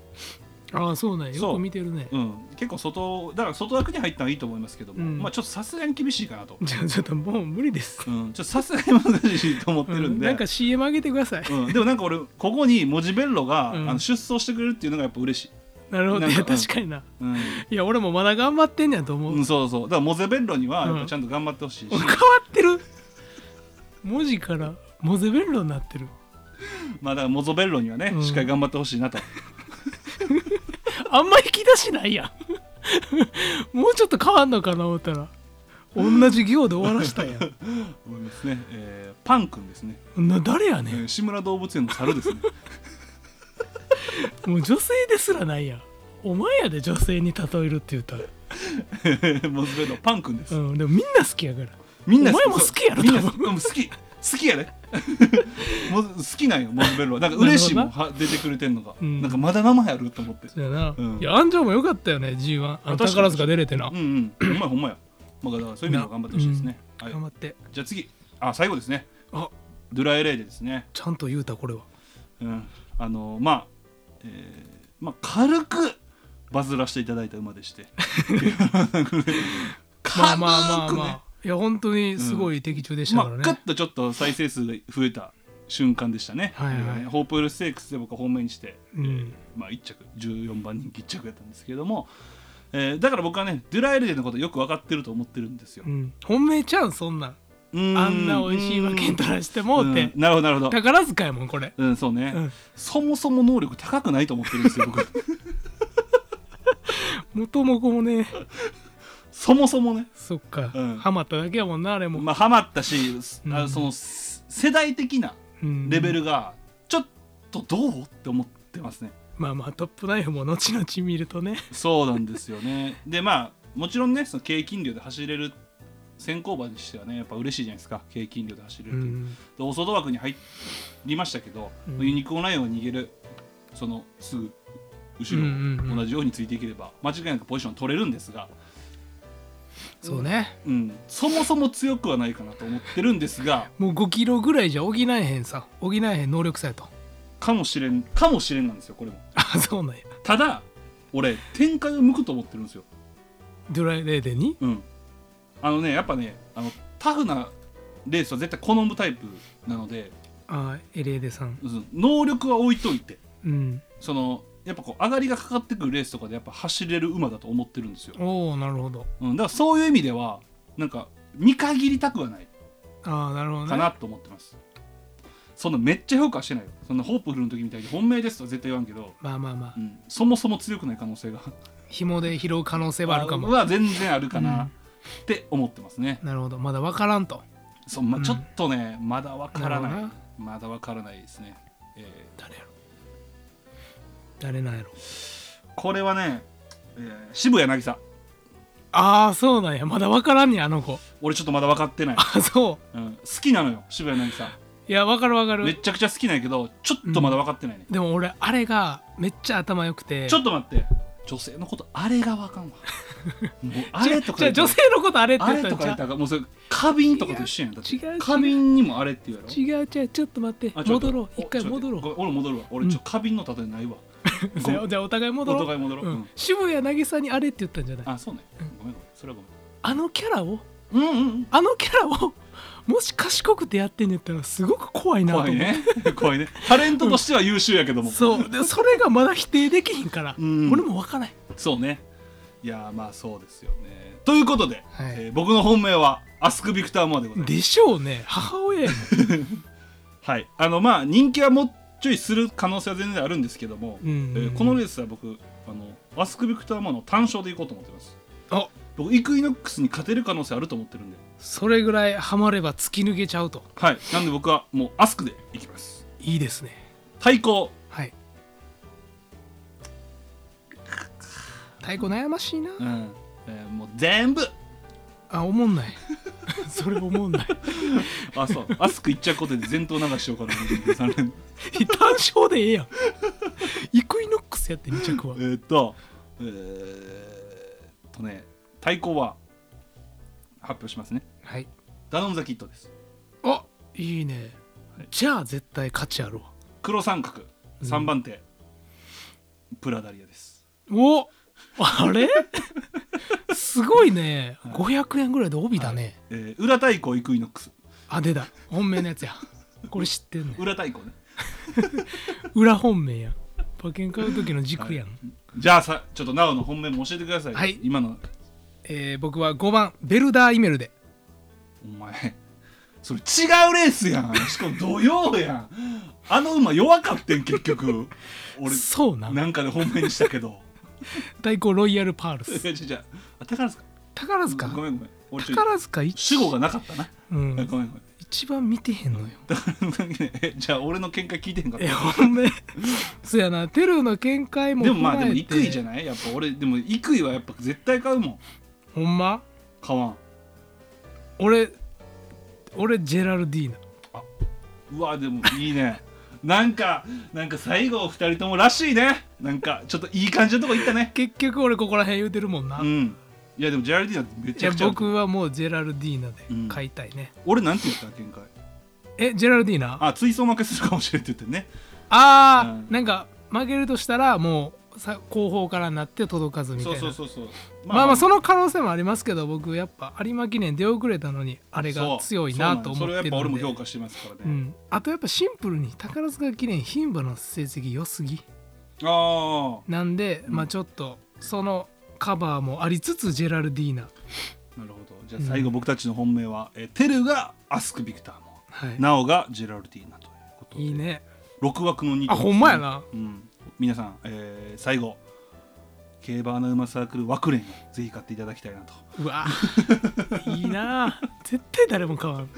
ああそうね
そう
よく見てるね
うん、結構外だから外枠に入ったのはいいと思いますけども、
うん
まあ、ちょっとさすがに厳しいかなと、
じゃあちょっともう無理です、
うん、ちょっとさすがに難しいと思ってる
うんん
で、
なんか CM 上げてください、
うん、でもなんか俺ここにモジベッロが、
うん
あの出走してくれるっていうのがやっぱ嬉しい、
なるほど
なん
い
か
や確かにな
うん
いや俺もまだ頑張ってんねやと思う、
うんそうそうだからモゼベッロには
う
や
ん
っぱちゃんと頑張ってほしいし、
変わってる文字からモゼベッロになってる
まあだからモゾベッロにはね、
うん
しっかり頑張ってほしいなと
あんま引き出しないやん もうちょっと変わんのかな思ったら同じ行で終わらしたんやん
思いますね、えーパン君ですね、
な誰や
え
ねん
ー志村動物園の猿ですね
もう女性ですらないやんお前やで女性に例えるって言ったら、
モズベッロパン君です、
うん、でもみんな好きやから
みんな
お前も好きやろ
みんな
多
好きうん好き好き やねモズ好きなんよモズベッロはなんか嬉しいもん
な
は出てくれてんのが、
うん
なんかまだ名前あると思って
そうやな、
うん
いや安城もよかったよね G1 あの
確かに
宝塚出れてな、
うんうんほんまやほんまや、まあ、だからそういう意味では頑張ってほしいですね、はい
頑張って
じゃあ次あ最後ですね
あ
ドゥラエレーデですね、
ちゃんと言うたこれは
うん、あのまあ、えーまあ軽くバズらせていただいた馬 でして
まあ
軽くね、
まあまあまあいや本当にすごい的中でしたから
まあ、ぐっ
ね、
とちょっと再生数が増えた瞬間でしたね。
はいはい
あれがねホープフルステークスで僕は本命にして、
うん
えーまあ、1着14番人気1着やったんですけれども、えーだから僕はねドゥラエルデのことよく分かってると思ってるんですよ。
うん、本命ちゃうんそんなん
う
あんな美味しい馬券取らしてもうて、
んなるほどなるほど。
宝塚やもんこれ
うん、そうね、
うん
そもそも能力高くないと思ってるんですよ 僕
元も子もね
そもそもね
そっか、
うん
ハマっただけやもんなあれも、
まあハマったし、
うん
あのそのす世代的な
うん
レベルがちょっとどうって思ってますね
まあまあトップナイフも後々見るとね
そうなんですよね でまあもちろんねその軽金量で走れる先行馬にしてはねやっぱ嬉しいじゃないですか軽金量で走れ
う
るという、
ん
で大外枠に入りましたけど、
うん
ユニコーンライオンを逃げるそのすぐ後
うんうんう
ろ
ん
同じようについていければ間違いなくポジション取れるんですが、
そうね
うん、そもそも強くはないかなと思ってるんですが
もう5キロぐらいじゃ補えへんさ補えへん能力さやと
かもしれんかもしれんなんですよこれも
あそうなんや
ただ俺展開を向くと思ってるんですよ
ドライレーデンに
うんあのねやっぱねあのタフなレースは絶対好むタイプなので、
あエレーデさん
うん能力は置いといて
うん
そのやっぱこう上がりがかかってくるレースとかでやっぱ走れる馬だと思ってるんですよ、
おおなるほど
うん、だからそういう意味ではなんか見限りたくはない
ああなるほど
か
ね
なと思ってます、そんなめっちゃ評価してないよそんなホープフルの時みたいに本命ですとは絶対言わんけど、
まあまあまあ
うん、そもそも強くない可能性が
紐で拾う可能性はあるかも
は全然あるかな、
うん
って思ってますね
なるほどまだ分からんと
そう、ま
う
あ、
ん
ちょっとね、まだわからない
なるほどな
まだわからないですね、え
誰やろ誰なんやろ
ーこれはね、えー渋谷渚
ああそうなんやまだ分からんねやあの子
俺ちょっとまだ分かってない、
あそ
うん、好きなのよ渋谷 渚
ういや分かる分か
め
る
っちゃくちゃ好きなんやけどちょっとまだ分かってないね、
でも俺あれがめっちゃ頭良くて
ちょっと待って女性のことあれが 分かんわもうあれとか
じゃあ
言
女
う
性のことあれって
あ
言っ
れ
た
と
ん
か
ち
言
ゃ
ったらもうそれ花瓶とかと一緒やんだって
違う違う
花瓶にもあれって言うやろ
う違う違うちょっと待って
あちょっと
戻ろう
お
一回
ちょっと
戻ろ
ごめん俺戻るわ俺ちょっと花瓶の例えないわ、
う
ごめ ん
じゃあお互い戻
お
ろう
互い戻ろう、
う
うんん
渋谷渚にあれって言ったんじゃないあ
あそうねごめんごめんそれは
のキャラを
ごめんうんうん
あのキャラを もし賢くてやってんねやったらすごく怖いなと思
怖
う
いね 怖いねタレントとしては優秀やけども、そう
そうでそれがまだ否定できひんから
うん
俺も分からない
ねいやーまあそうですよねということで、
はい
えー僕の本命はアスク・ビクター・モアでございます
でしょうね母親やもん
はいあのまあ人気はもうちょいする可能性は全然あるんですけども、
うんうんうん
えーこのレースは僕あのアスク・ビクター・モアの単勝でいこうと思ってます
あ
僕イクイノックスに勝てる可能性あると思ってるんで
それぐらいハマれば突き抜けちゃうと
はいなんで僕はもうアスクでいきます
いいですね
対抗
はい太鼓悩ましいな
うん、えーもう全部
あ思んない それ思んない
あ そうアスク一着固定で前頭流しようかな23連
単勝でええやんイクイノックスやって2着は
えーっと、えーっとね、対抗は発表しますね。
はい
ダノンザキットです。
あいいねじゃあ絶対価値あるわ
黒三角、3番手、プラダリアです。
おあれすごいね500円ぐらいで帯だね、
えー、裏対抗イクイノックス。
あ出た本命のやつやこれ知ってんね
裏対抗ね。
裏本命や馬券買う時の軸やん、
じゃあさ、ちょっとなおの本命も教えてください。
はい
今の、
えー僕は5番ベルダーイメルで
お前、それ違うレースやん。しかも土曜やん。あの馬弱かってん、結局。俺、
そうな
なんかで本命にした けど。
対抗ロイヤルパール
い
ス
や違う違う。あ、宝塚。
宝塚
ごめんごめん。俺ちょっと
宝塚一
主語がなかったな。
う
ごめん
ん、
ごめん。
一番見てへんのよ
えじゃあ俺の見解聞いてへんかっ
え
た
本命そうやなテルの見解も
でもまあ
踏
で
え
も
て
イクイじゃないやっぱ俺でもイクイはやっぱ絶対買うもん
ほんま
買わん
俺俺ジェラルディーナ
うわでもいいね なんかなんか最後二人ともらしいねなんかちょっといい感じのとこ行ったね
結局俺ここら辺言うてるもんな、
う
い
んいやでもジェラルディーナめち
や
ゃくちゃ
僕はもうジェラルディーナで買いたいね、
俺なんて言った見解
えジェラルディーナ
あ追走負けするかもしれんって言ってね
あー、
うん
なんか負けるとしたらもうさ後方からになって届かずみたい
そう
な
そうそうそう
まあまあその可能性もありますけど僕やっぱ有馬記念出遅れたのにあれが強いなと思
そう
ってるんで
なんよそれはやっぱ俺も評価してますからね、
うん、あとやっぱシンプルに宝塚記念牝馬の成績良すぎ
あ
なんで、
うん
まあちょっとそのカバーもありつつジェラルディーナ、
あなるほどじゃあ最後僕たちの本命は、えテルがアスク・ビクターも
はい、
なおがジェラルディーナということで
いいね
6枠の2
あほんまや、な
うん、皆さん、えー最後競馬アナウマサークル枠連をぜひ買っていただきたいなと
う わいいな絶対誰も買わん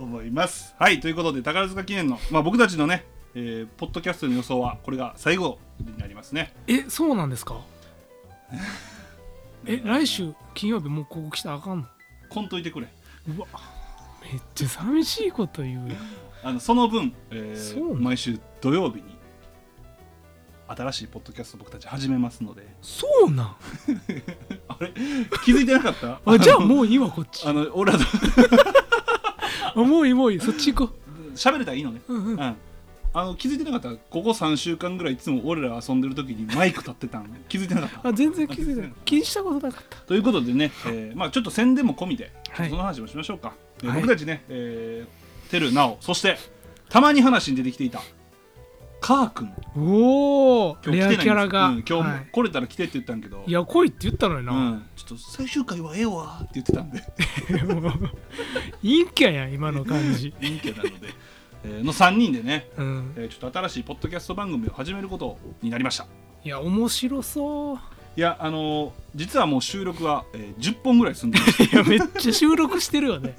思いますはいということで宝塚記念の、まあ、僕たちのね、えーポッドキャストの予想はこれが最後になりますね
えそうなんですかえ来週金曜日もうここ来たらあかんの
こんといてくれ
うわめっちゃ寂しいこと言うやん
あのその分、えー
そうなん
毎週土曜日に新しいポッドキャスト僕たち始めますので
そうなん
あれ気づいてなかった
あじゃあ
う
もういいわこっち
あの俺らと
あもういいもういいそっち行こ
喋れたらいいのね
う、うんうん、
うん、あの気づいてなかったここ3週間ぐらいいつも俺ら遊んでる時にマイク立ってたん 気づいてなかった
あ全然気づいてない気にしたことなかった
ということでね、えーまあ、ちょっと宣伝も込みで、
はい
その話もしましょうか、えー
はい
僕たちね、えー、てるなおそしてたまに話に出てきていたカー君
おおレ
今日
ア
来
キ
て
ャ
ない
ラ
んですよ
が、
うん今日
は
も来れたら来てって言ったんやけど
い、いや来いって言ったのに
う
な、
ん、ちょっと最終回はええわって言ってたんで
もう陰キャやん今の感じ、
陰キャなので、えーの3人でね、
うん、
えーちょっと新しいポッドキャスト番組を始めることになりました
いや面白そう
いやあのー実はもう収録は、えー10本ぐらい済んでま し
いやめっちゃ収録してるよね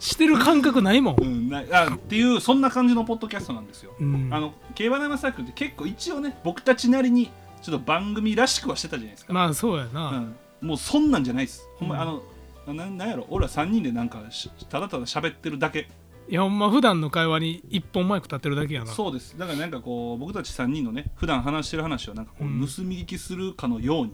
してる感覚ないもん
た、うん、なあっていうそんな感じのポッドキャストなんですよ、
うん
あの競馬生サークルって結構一応ね僕たちなりにちょっと番組らしくはしてたじゃないですか、
まあそうやな、
うん、もうそんなんじゃないですほんま、
うん
あのななんやろ俺ら3人でなんかしただただ喋ってるだけ
いやほんま普段の会話に一本マイク立ってるだけやな
そうですだからなんかこう僕たち3人のね普段話してる話をなんかこう
うん
盗み聞きするかのように、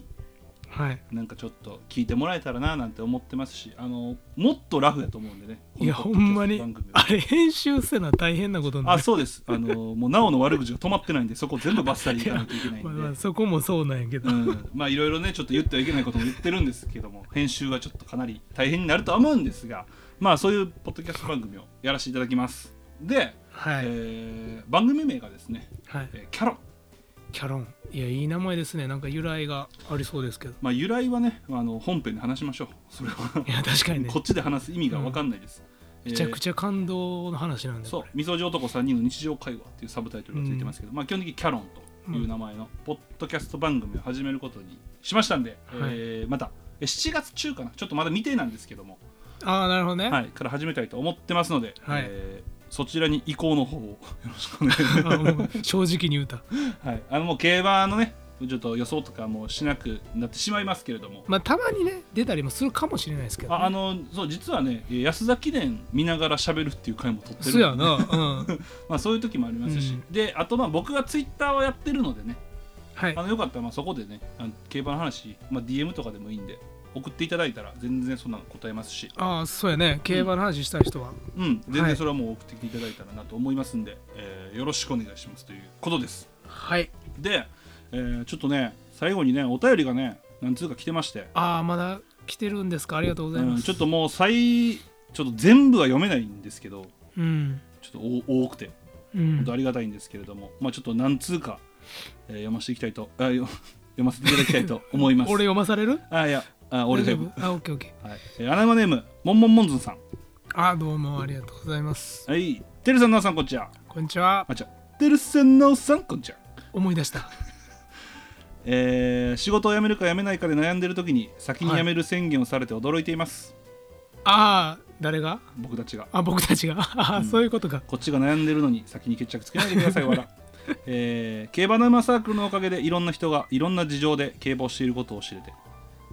はい
なんかちょっと聞いてもらえたらななんて思ってますしあのもっとラフやと思うんでね
いや
こ
ほ
のポッドキャスト
んまに
番組は
あれ編集せな大変なことにな
あ
る
そうですあのもうなおの悪口が止まってないんでそこ全部バッサリいかなきゃいけないんで
まあまあ そこもそうなんやけど、
うん、まあいろいろねちょっと言ってはいけないことも言ってるんですけども編集はちょっとかなり大変になるとは思うんですがまあそういうポッドキャスト番組をやらせていただきますで、
はい、
えー番組名がですね
はい
「えーキャロン」
キャロンいやいい名前ですねなんか由来がありそうですけど
まあ由来はねあの本編で話しましょうそれは、
いや確かにね
こっちで話す意味が分かんないです、
めちゃく
ち
ち
ゃ
ゃ感動の話なんだ
そう
これ
「みそじ男3人の日常会話」っていうサブタイトルがついてますけど、まあ基本的にキャロンという名前のポッドキャスト番組を始めることにしましたんで、
はい
えーまたえ7月中かなちょっとまだ未定なんですけども
ああなるほどね、
はい、から始めたいと思ってますので、
はい
えーそちらに移行の方をよろしくお願いし
あ
ま
もう正直に言うた
す。 はい、あのもう競馬のね、ちょっと予想とかもしなくなってしまいますけれども、
まあたまにね出たりもするかもしれないですけど、ね、
ああのそう実はね、安田記念見ながら喋るっていう回も撮ってるん
そ
で
やなう ん
まあ、そういう時もありますし、
う
であとまあ僕がツイッターをやってるのでね、
はい
あのよかったらまあそこでね、あの競馬の話、まあ、DM とかでもいいんで、送っていただいたら全然そんなの答えますし、
ああそうやね競馬の話したい人は、
うん、全
は
然
い
それはもう送ってきていただいたらなと思いますんで、えーよろしくお願いしますということです。
はい
で、えーちょっとね最後にねお便りがね何通か来てまして、
ああまだ来てるんですかありがとうございま
うん
す
ちょっともう最ちょっと全部は読めないんですけど
うん
ちょっとお多くて
う
本
ん
当ありがたいんですけれども、まあちょっと何通か、えー読ませていきたいとあよ 読ませていただきたいと思いま す
俺読まされる
あいやあ俺
大丈
が読む
夫あオッケーオッケ
はい、えーアナマネームもんもんもんずんさん
ーあーどうもありがとうございます
はいてるさんなおさんこんにちは
こんにちは
あちゃてるさんなおさんこんにちは
思い出した
えー仕事を辞めるか辞めないかで悩んでる時に先に辞める宣言をされて驚いています、
ああ誰が
僕たちが
あ僕たちがああ、そういうことか
こっちが悩んでるのに先に決着つけないでください、わら。 えー競馬の馬サークルのおかげでいろんな人がいろんな事情で競馬をしていることを知れて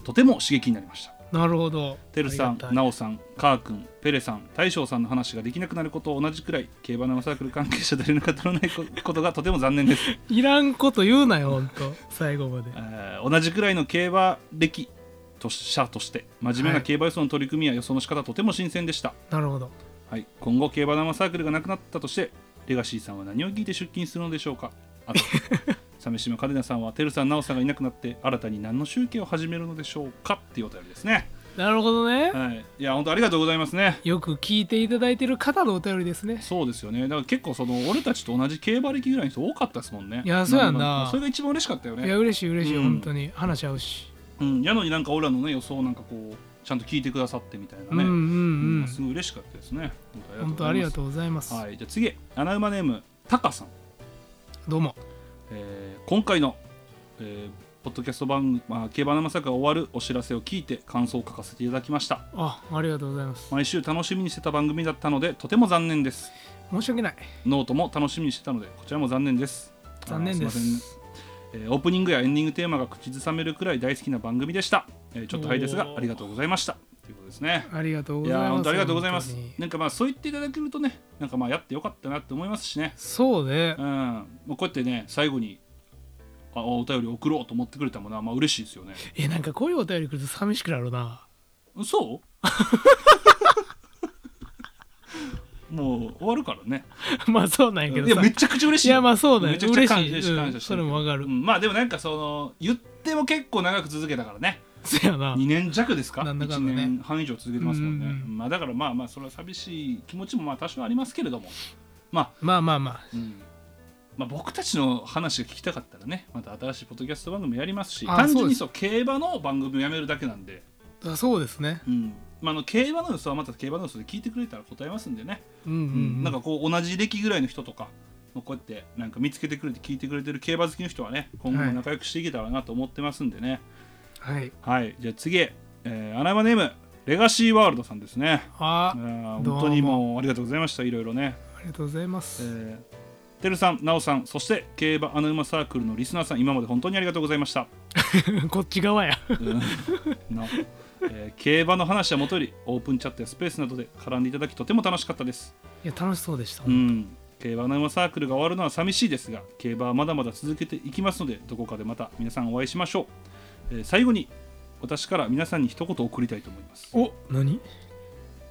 とても刺激になりました。
なるほど
てるさん、
ありが
なおさん、かーくん、ペレさん、大将さんの話ができなくなることを同じくらい競馬の馬サークル関係者と連絡が取らないこ ことがとても残念です。
たいいらんこと言うなよほんと最後まで
えー同じくらいの競馬歴と者として真面目な競馬予想の取り組みや予想の仕方はとても新鮮でした。
なるほど
はい、今後競馬生サークルがなくなったとしてレガシーさんは何を聞いて出勤するのでしょうか あと鮫島カデナさんはてるさんなおさんがいなくなって新たに何の集計を始めるのでしょうかっていうお便りですね、
なるほどね
はい、いや本当ありがとうございますね
よく聞いていただいてる方のお便りですね
そうですよねだから結構その俺たちと同じ競馬歴ぐらいの人多かったですもんね
いやそうやんな
まあそれが一番嬉しかったよ
いや
ね
嬉しい嬉しい、
うん
本当に話し合うし、
うんやのになんか俺らのね予想なんかこうちゃんと聞いてくださってみたいな
うん
ね、
うんうん、
すごい嬉しかったですね
本当ありが
う
とうございま
ご
す、
ざいますはいじゃあ次穴馬ネームタカさん
どうも
えー今回の、えーポッドキャスト番組、まあ、競馬生作が終わるお知らせを聞いて感想を書かせていただきました
あありがとうございます
毎週楽しみにしてた番組だったのでとても残念です
申し訳ない
ノートも楽しみにしてたのでこちらも残念です
残念です
あーいませんねえーオープニングやエンディングテーマが口ずさめるくらい大好きな番組でした、えーちょっとはいですが
おー
ありがとうございましたということですね
ありがとうご
い
ざい
やー
ま
本
す
当ありがとうございます
本当に
なんかまあそう言っていただけるとねなんかまあやってよかったなって思いますしね
そうね
うん、まあこうやってね最後にあお便り送ろうと思ってくれたものはまあ嬉しいですよね
えなんかこういうお便り来ると寂しくなるな
そう もう終わるからね
まあそうなんやけど
い
さ
やめちゃくちゃ嬉しい
いやまあそうだよ
めちゃくちゃ感謝
嬉しいうん
感謝して
そ
る
れもわかる
うんまあでもなんかその言っても結構長く続けたからね
せやな
2年弱ですか
なんだかんだ
1
ね
年半以上続けてますもんね、
うん
まあ、だからまあまあそれは寂しい気持ちもまあ多少ありますけれどもまあ
まあまあまあ
うんまあ、僕たちの話が聞きたかったらねまた新しいポッドキャスト番組やりますし
あ
単純
そうで
に
す
そう競馬の番組をやめるだけなんで、
あそうですね
うんまあ、あの競馬の予想はまた競馬の予想で聞いてくれたら答えますんでね、
うんうん、う
うん
ん、
なんかこう同じ歴ぐらいの人とかこうやってなんか見つけてくれて聞いてくれてる競馬好きの人はね今後も仲良くしていけたらなと思ってますんでね
はい
はい、じゃあ次、えー、アナマネームレガシーワールドさんですね
あ
あ
あ
ー
どうも
本当にもうありがとうございましたいろいろね
りがとうございま
え
す、
ーてるさん、なおさん、そして競馬アナウマサークルのリスナーさん、今まで本当にありがとうございました。
こっち側 や
うんなおえー競馬の話はもとより、オープンチャットやスペースなどで絡んでいただき、とても楽しかったです。
いや楽しそうでした、
うん、競馬アナウマサークルが終わるのは寂しいですが、競馬はまだまだ続けていきますので、どこかでまた皆さんお会いしましょう。えー最後に、私から皆さんに一言送りたいと思います。
お何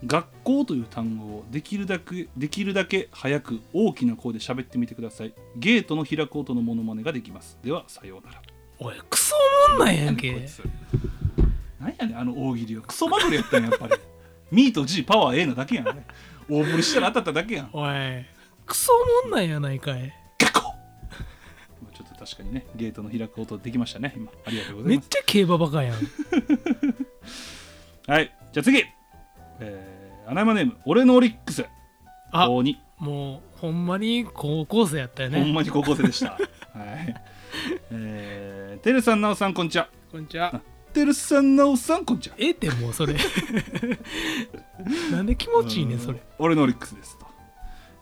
学校という単語をできるだけできるだけ早く大きな声で喋ってみてくださいゲートの開く音のモノマネができますではさようなら
おいクソおもんないやんけ
こいつなんやねんあの大喜利はクソマグロやったんややっぱり ミート G パワー A なだけやんね大振りしたら当たっただけやん
おいクソおもんないやないかい
学校まあちょっと確かにねゲートの開く音できましたね今ありがとうござ
め
い
っ
ます
ちゃ競馬バカ やん
はいじゃあ次えー、アナマネーム俺のオリックス
あ
高2
もうほんまに高校生やったよ
ほん
ね
まに高校生 でした。はい。えー、てるさん、なおさん、こんにちは。
こんにちは
てるさん、なおさん、こんにちは。
ええってもうそ れなんで気持ちいいねんそれ
うん俺のオリックスですと、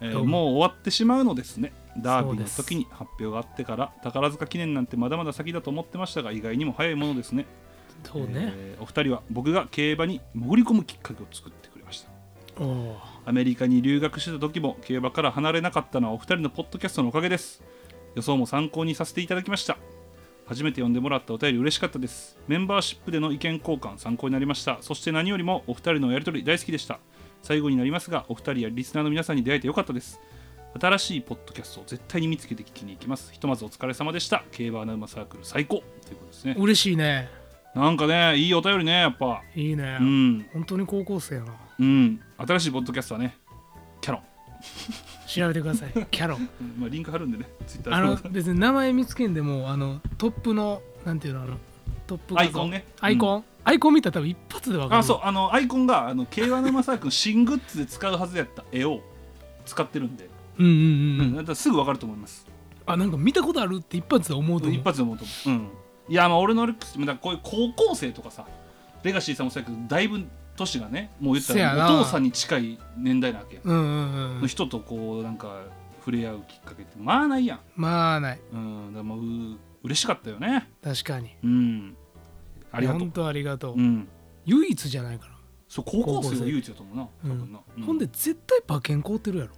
えー
どうも
もう終わってしまうのですね。ダービー
そう
の
です
時に発表があってから、宝塚記念なんてまだまだ先だと思ってましたが、意外にも早いものですね。
そうね、
えーお二人は僕が競馬に潜り込むきっかけを作ってくれました。
おおー
アメリカに留学してた時も競馬から離れなかったのはお二人のポッドキャストのおかげです予想も参考にさせていただきました初めて読んでもらったお便り嬉しかったですメンバーシップでの意見交換参考になりましたそして何よりもお二人のやりとり大好きでした最後になりますがお二人やリスナーの皆さんに出会えてよかったです新しいポッドキャストを絶対に見つけて聞きに行きますひとまずお疲れ様でした競馬アナウマサークル最高ということですね
嬉しいね
なんかねいいお便りねやっぱ
いいね、
うん
本当に高校生やな
うん新しいポッドキャストはねキャロン
調べてくださ いキャロン
まあ、リンク貼るんでね、ツイッタ
あ
ー
の
の。
別に名前見つけんでもあのトップのなんていうのあのトップ画像
アイコンね
アイコン、アイコン見たら多分一発でわかる
あ、そう、あの、アイコンが、あの、K1 のマサー君、新グッズで使うはずやった絵を使ってるんで、
うんうん
う、
うんん、
だからすぐ分かると思います。
あなんか見たことあるって一発で思うと思う
一発で思うと思う。うん。いや、まあ、俺のルックス、だからこういう高校生とかさ、レガシーさんもそうやけど、だいぶ年がね、もう言った
せやな
ら、お父さんに近い年代なわけ。
うんうんう
の
ん
人と、こう、なんか、触れ合うきっかけって、まあないやん。
まあない
うん、だからもう、う嬉しかったよね。
確かに
うん。ありがとう
本。当ありがとう、
うん。
唯一じゃないか
そう、高校生が唯一だと思うな、
な、
多
うん
分な。う
ほんで絶対馬券買うてるやろ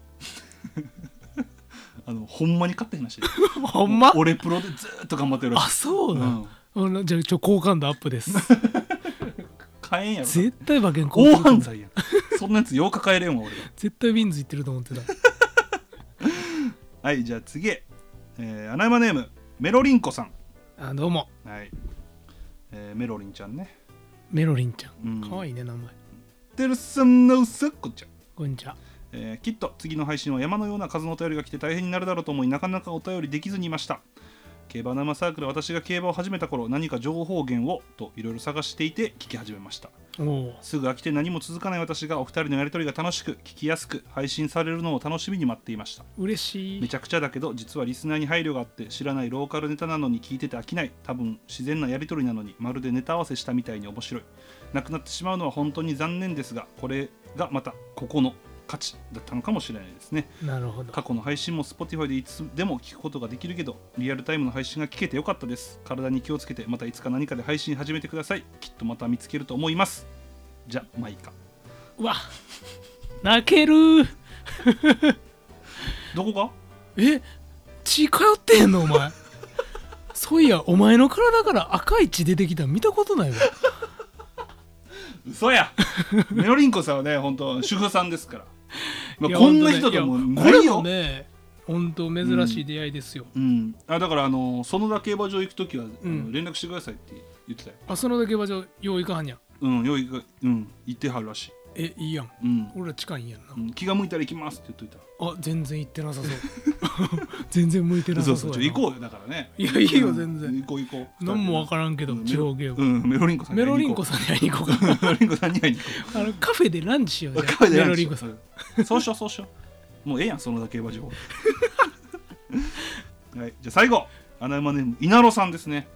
あのほんまに勝った話で
ほんま
俺プロでずーっと頑張ってるらしい
あそう
う、
なんあのじゃあちょ好感度アップ です
買えんやろな
絶対馬券買うて
大
ると思
犯
う
罪やんそんなやつ8日買えれんわ俺が
絶対ウィンズ行ってると思ってた
はいじゃあ次へ、えー、アナマネームメロリンコさん
あどうも
はい、えー、メロリンちゃんね
メロリンちゃん
うん
可愛いね名前
てるさんのうさこちゃん
こんにちは
えーきっと次の配信は山のような数のお便りが来て大変になるだろうと思いなかなかお便りできずにいました競馬生サークルは私が競馬を始めた頃何か情報源をといろいろ探していて聞き始めました
おお
すぐ飽きて何も続かない私がお二人のやりとりが楽しく聞きやすく配信されるのを楽しみに待っていました
嬉し
め
い
ちゃくちゃだけど実はリスナーに配慮があって知らないローカルネタなのに聞いてて飽きない多分自然なやりとりなのにまるでネタ合わせしたみたいに面白いなくなってしまうのは本当に残念ですがこれがまたここの価値だったのかもしれないですね
なるほど
過去の配信も Spotify でいつでも聞くことができるけどリアルタイムの配信が聞けてよかったです体に気をつけてまたいつか何かで配信始めてくださいきっとまた見つけると思いますじゃまあいいか
うわ泣ける
どこが
え血通ってんのお 前そういやお前の体から赤い血出てきたの見たことないわ
嘘 やメロリンコさんはね本当主婦さんですから、ま
いや
あ、こんな人とも
ほんとね
ない
やこ
い
れ
よ
もね本当珍しい出会いですよ、
うん、あだからあの園田競馬場行く時は、あの
うん
連絡してくださいって言ってたよ
あそのだけ場所よう行かはんや
うんよう行くうん行ってはるらしい
えいいやん
うん
俺ら近いんやんな、
うん気が向いたら行きますって言っといた
あ全然行ってなさそう 全然向いてな
そ
さ
う
そ
そうう
や
ち
な
ょ行こうよだからね
いやいいよ
うん
全然
行こう行こう
何もわからんけど
うん
地方ゲーム
うんメロリンコさんに
メ
会い
ロリ
に
ン
行こ
コ
う
さんに会いに行こうか
メロリンコさんに会いに行こう
あのカフェでランチしようじゃあ
カフェでラ
メ
ン
ロ
チ
リ
し
ンコさ
よう
ん
うんそうしようそうしようもうええやんそのだけは情報 はいじゃあ最後アナウマネーム稲呂さんですね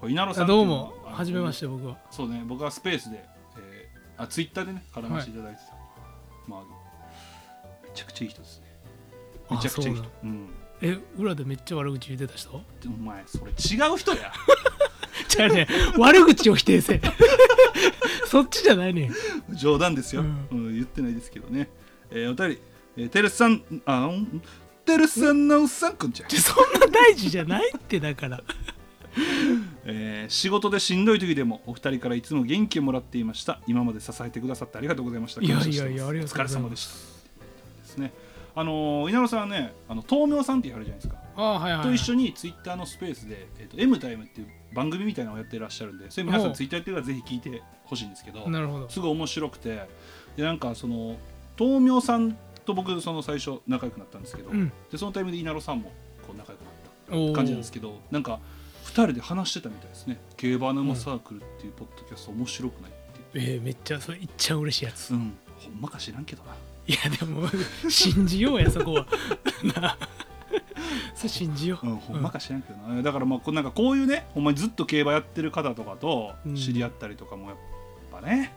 これ稲呂さん
あ
ってい
どう
うのは
もはじめまして僕は
そうね僕はスペースで、えーあツイッターでね絡ませていただいてた、まあめちゃくちゃいい人ですねめちゃくちゃいい人
あそうなの
うん
え裏でめっちゃ悪口言ってた人
でお前それ違う人や
じゃあね悪口を否定せえ そっちじゃないねん
冗談ですよ、
う
うんん言ってないですけどね、えーお便り、えー、テルスさんあんテルスさんのうさんくんちゃん
じゃあそんな大事じゃないってだから
えー仕事でしんどい時でもお二人からいつも元気をもらっていました今まで支えてくださってありがとうございました
いやいやいや
感謝してます
ありがとうござい
お疲れ様
ま
でしたですねあのー稲野さんはねあの豆苗さんってやるじゃないですか
あはいはい、
と一緒
に
にツイッターのスペースで、えー、と M タイムっていう番組みたいなのをやってらっしゃるんでそれ皆さ
お
ん
う
ツイッターやってるからぜひ聞いてほしいんですけど
なるほど
すごい面白くてでなんかその豆苗さんと僕その最初仲良くなったんですけど、
うん
でそのタイミングで稲野さんもこう仲良くなった
おー
感じなんですけどなんか2人で話してたみたいですね「競馬の馬サークル」っていうポッドキャスト面白くないって
えーめっちゃそれいっちゃ嬉しいやつ
うん、ほんまか知らんけどない
やでも信じようやそこは なあそれ信じよう、
うんほんまか知らんけどな、だからまあこうなんかこういうねほんまにずっと競馬やってる方とかと
うん
知り合ったりとかもやっぱね、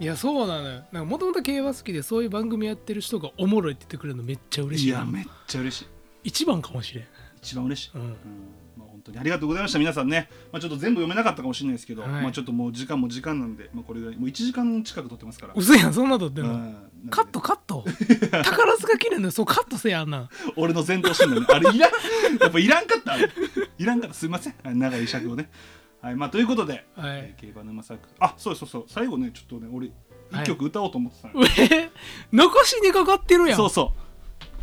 いやそうなのよなんかもともと競馬好きでそういう番組やってる人がおもろいって言ってくれるのめっちゃ嬉し
い
い
やめっちゃ嬉しい
一番かもしれん
一番嬉しい、
う
うんんまあ、本当にありがとうございました皆さんね、まあ、ちょっと全部読めなかったかもしれないですけど、
はい
まあ、ちょっともう時間も時間なんで、まあ、これぐらいもう1時間近く撮ってますから、
嘘やんそんなとってん
うん
の、
なんで
カットカット宝塚記念のそうカットせやあんなん
俺の前頭診断ねあれいらんやっぱいらんかったあれいらんかったすいませんはい長い尺をねはいまあということで、
はい
えー競馬沼サークルあそうそうそう最後ねちょっとね俺
はい
一曲歌おうと思ってたのよ、
え残しにかかってるやん
そうそ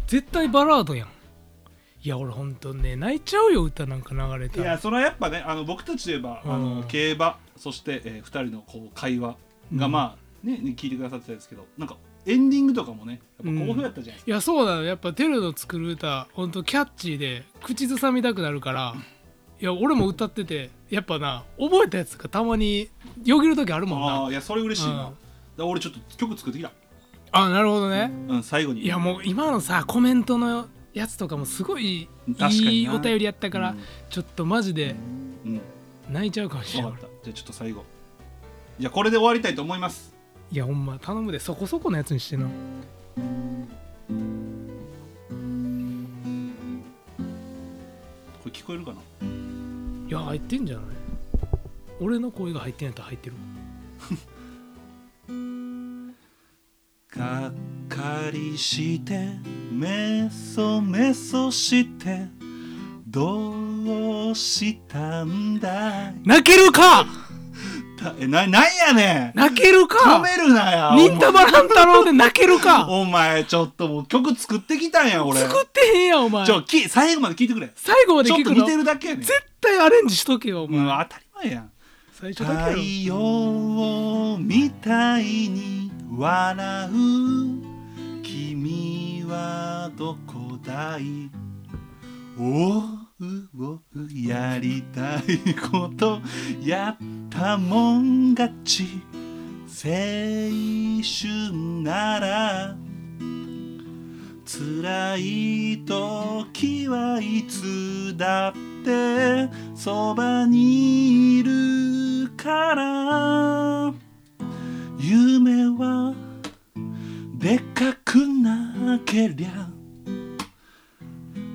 絶対バラードやんいや俺ほんとね泣いちゃうよ歌なんか流れ
うい
た
や
ら
それはやっぱねあの僕たちといえば、あ
うん
の競馬そして、え2人のこう会話がまあ、ねね聞いてくださってたんですけどなんかエンディングとかもねやっぱ好評やったじゃないですか、
いやそうなのやっぱテルの作る歌ほんとキャッチーで口ずさみたくなるからいや俺も歌っててやっぱな覚えたやつがたまによぎる時あるもん
あ
な
あいやそれ嬉しいな、だ
うん
から俺ちょっと曲作ってきた、
あなるほどね
うん、最後に
いやもう今のさコメントのやつとかもすごい
確かにない
いお便りやったから、
うん
ちょっとマジで
うん、わ
泣いちゃうかもしれない
かったじゃあちょっと最後じゃあこれで終わりたいと思います
いやほんま頼むでそこそこのやつにしてな
これ聞こえるかない
や入ってんじゃない俺の声が入ってんやったら入ってる
がっかりしてメソメソしてどうしたんだい
泣けるか
たえななんやね ん
泣ける
止
か
めるなや
忍たま乱太郎で泣けるか
お前お前ちょっともう曲作ってきたんや 俺
作ってへんやお前
ちょき最後まで聞いてくれ
最後まで
ちょっ
聞
と
く
似
の
てるだけやねん
絶対アレンジしとけよお
う
前、
ん当たり前やん
最初だ
太
けや
陽みたいに笑う君はどこだいおうおうやりたいことやったもん勝ち青春なら辛い時はいつだってそばにいるから夢はでかくなけりゃ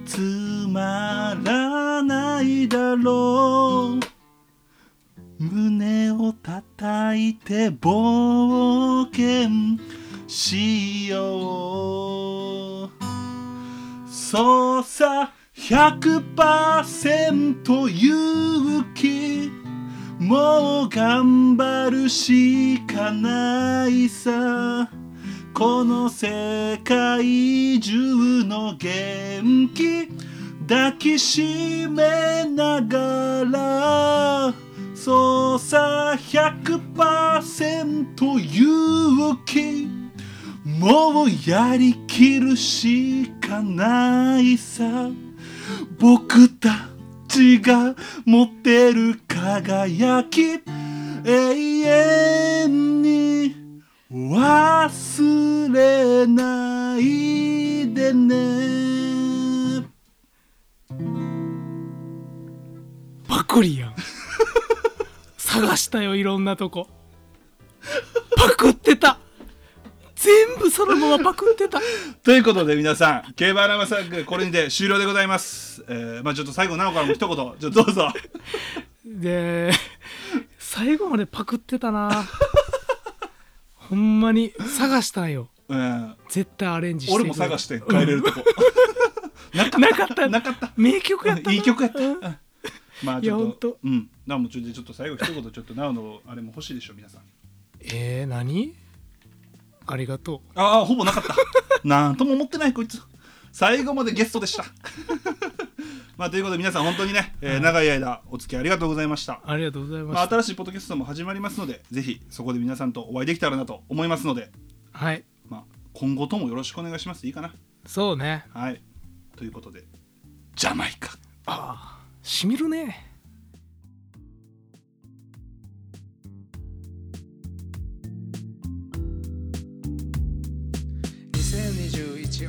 つまらないだろう胸を叩いて冒険しようそうさ100%勇気もう頑張るしかないさこの世界中の元気抱きしめながら操作100%勇気もうやりきるしかないさ僕たちが持ってる輝き永遠に忘れないでね
パクリや ん探したよいろんなとこパクってた全部そのままパクってた
ということで皆さん競馬ラマサークこれにて終了でございます、えーまあちょっと最後なおからも一言ちょっとどうぞ
で 最後までパクってた なほんまに探したんよ
うん
絶対アレンジして
俺も探して帰れるとこなか
なかった
なかった
名曲やったない
い曲やった
うん
まあ
い
ち
や
ょ
ほ
っ
ん
と
と
うんなおもちょっとちょっと最後一言ちょっとなおのあれも欲しいでしょ皆さん
えー、何ありがと
ああほぼなかったなんとも思ってないこいつ最後までゲストでした まあということで皆さん本当にね、えー長い間お付き合いありがとうございました
うありがとうございま
まあ、
した、
新しいポッドキャストも始まりますのでぜひそこで皆さんとお会いできたらなと思いますので、
はい
まあ、今後ともよろしくお願いしますいいかな
そうね
はいということでジャマイカ
ああしみるね
2021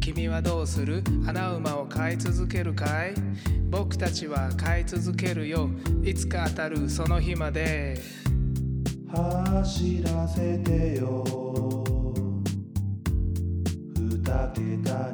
君はどうする穴馬を飼い続けるかい僕たちは飼い続けるよいつか当たるその日まで
走らせてよ二桁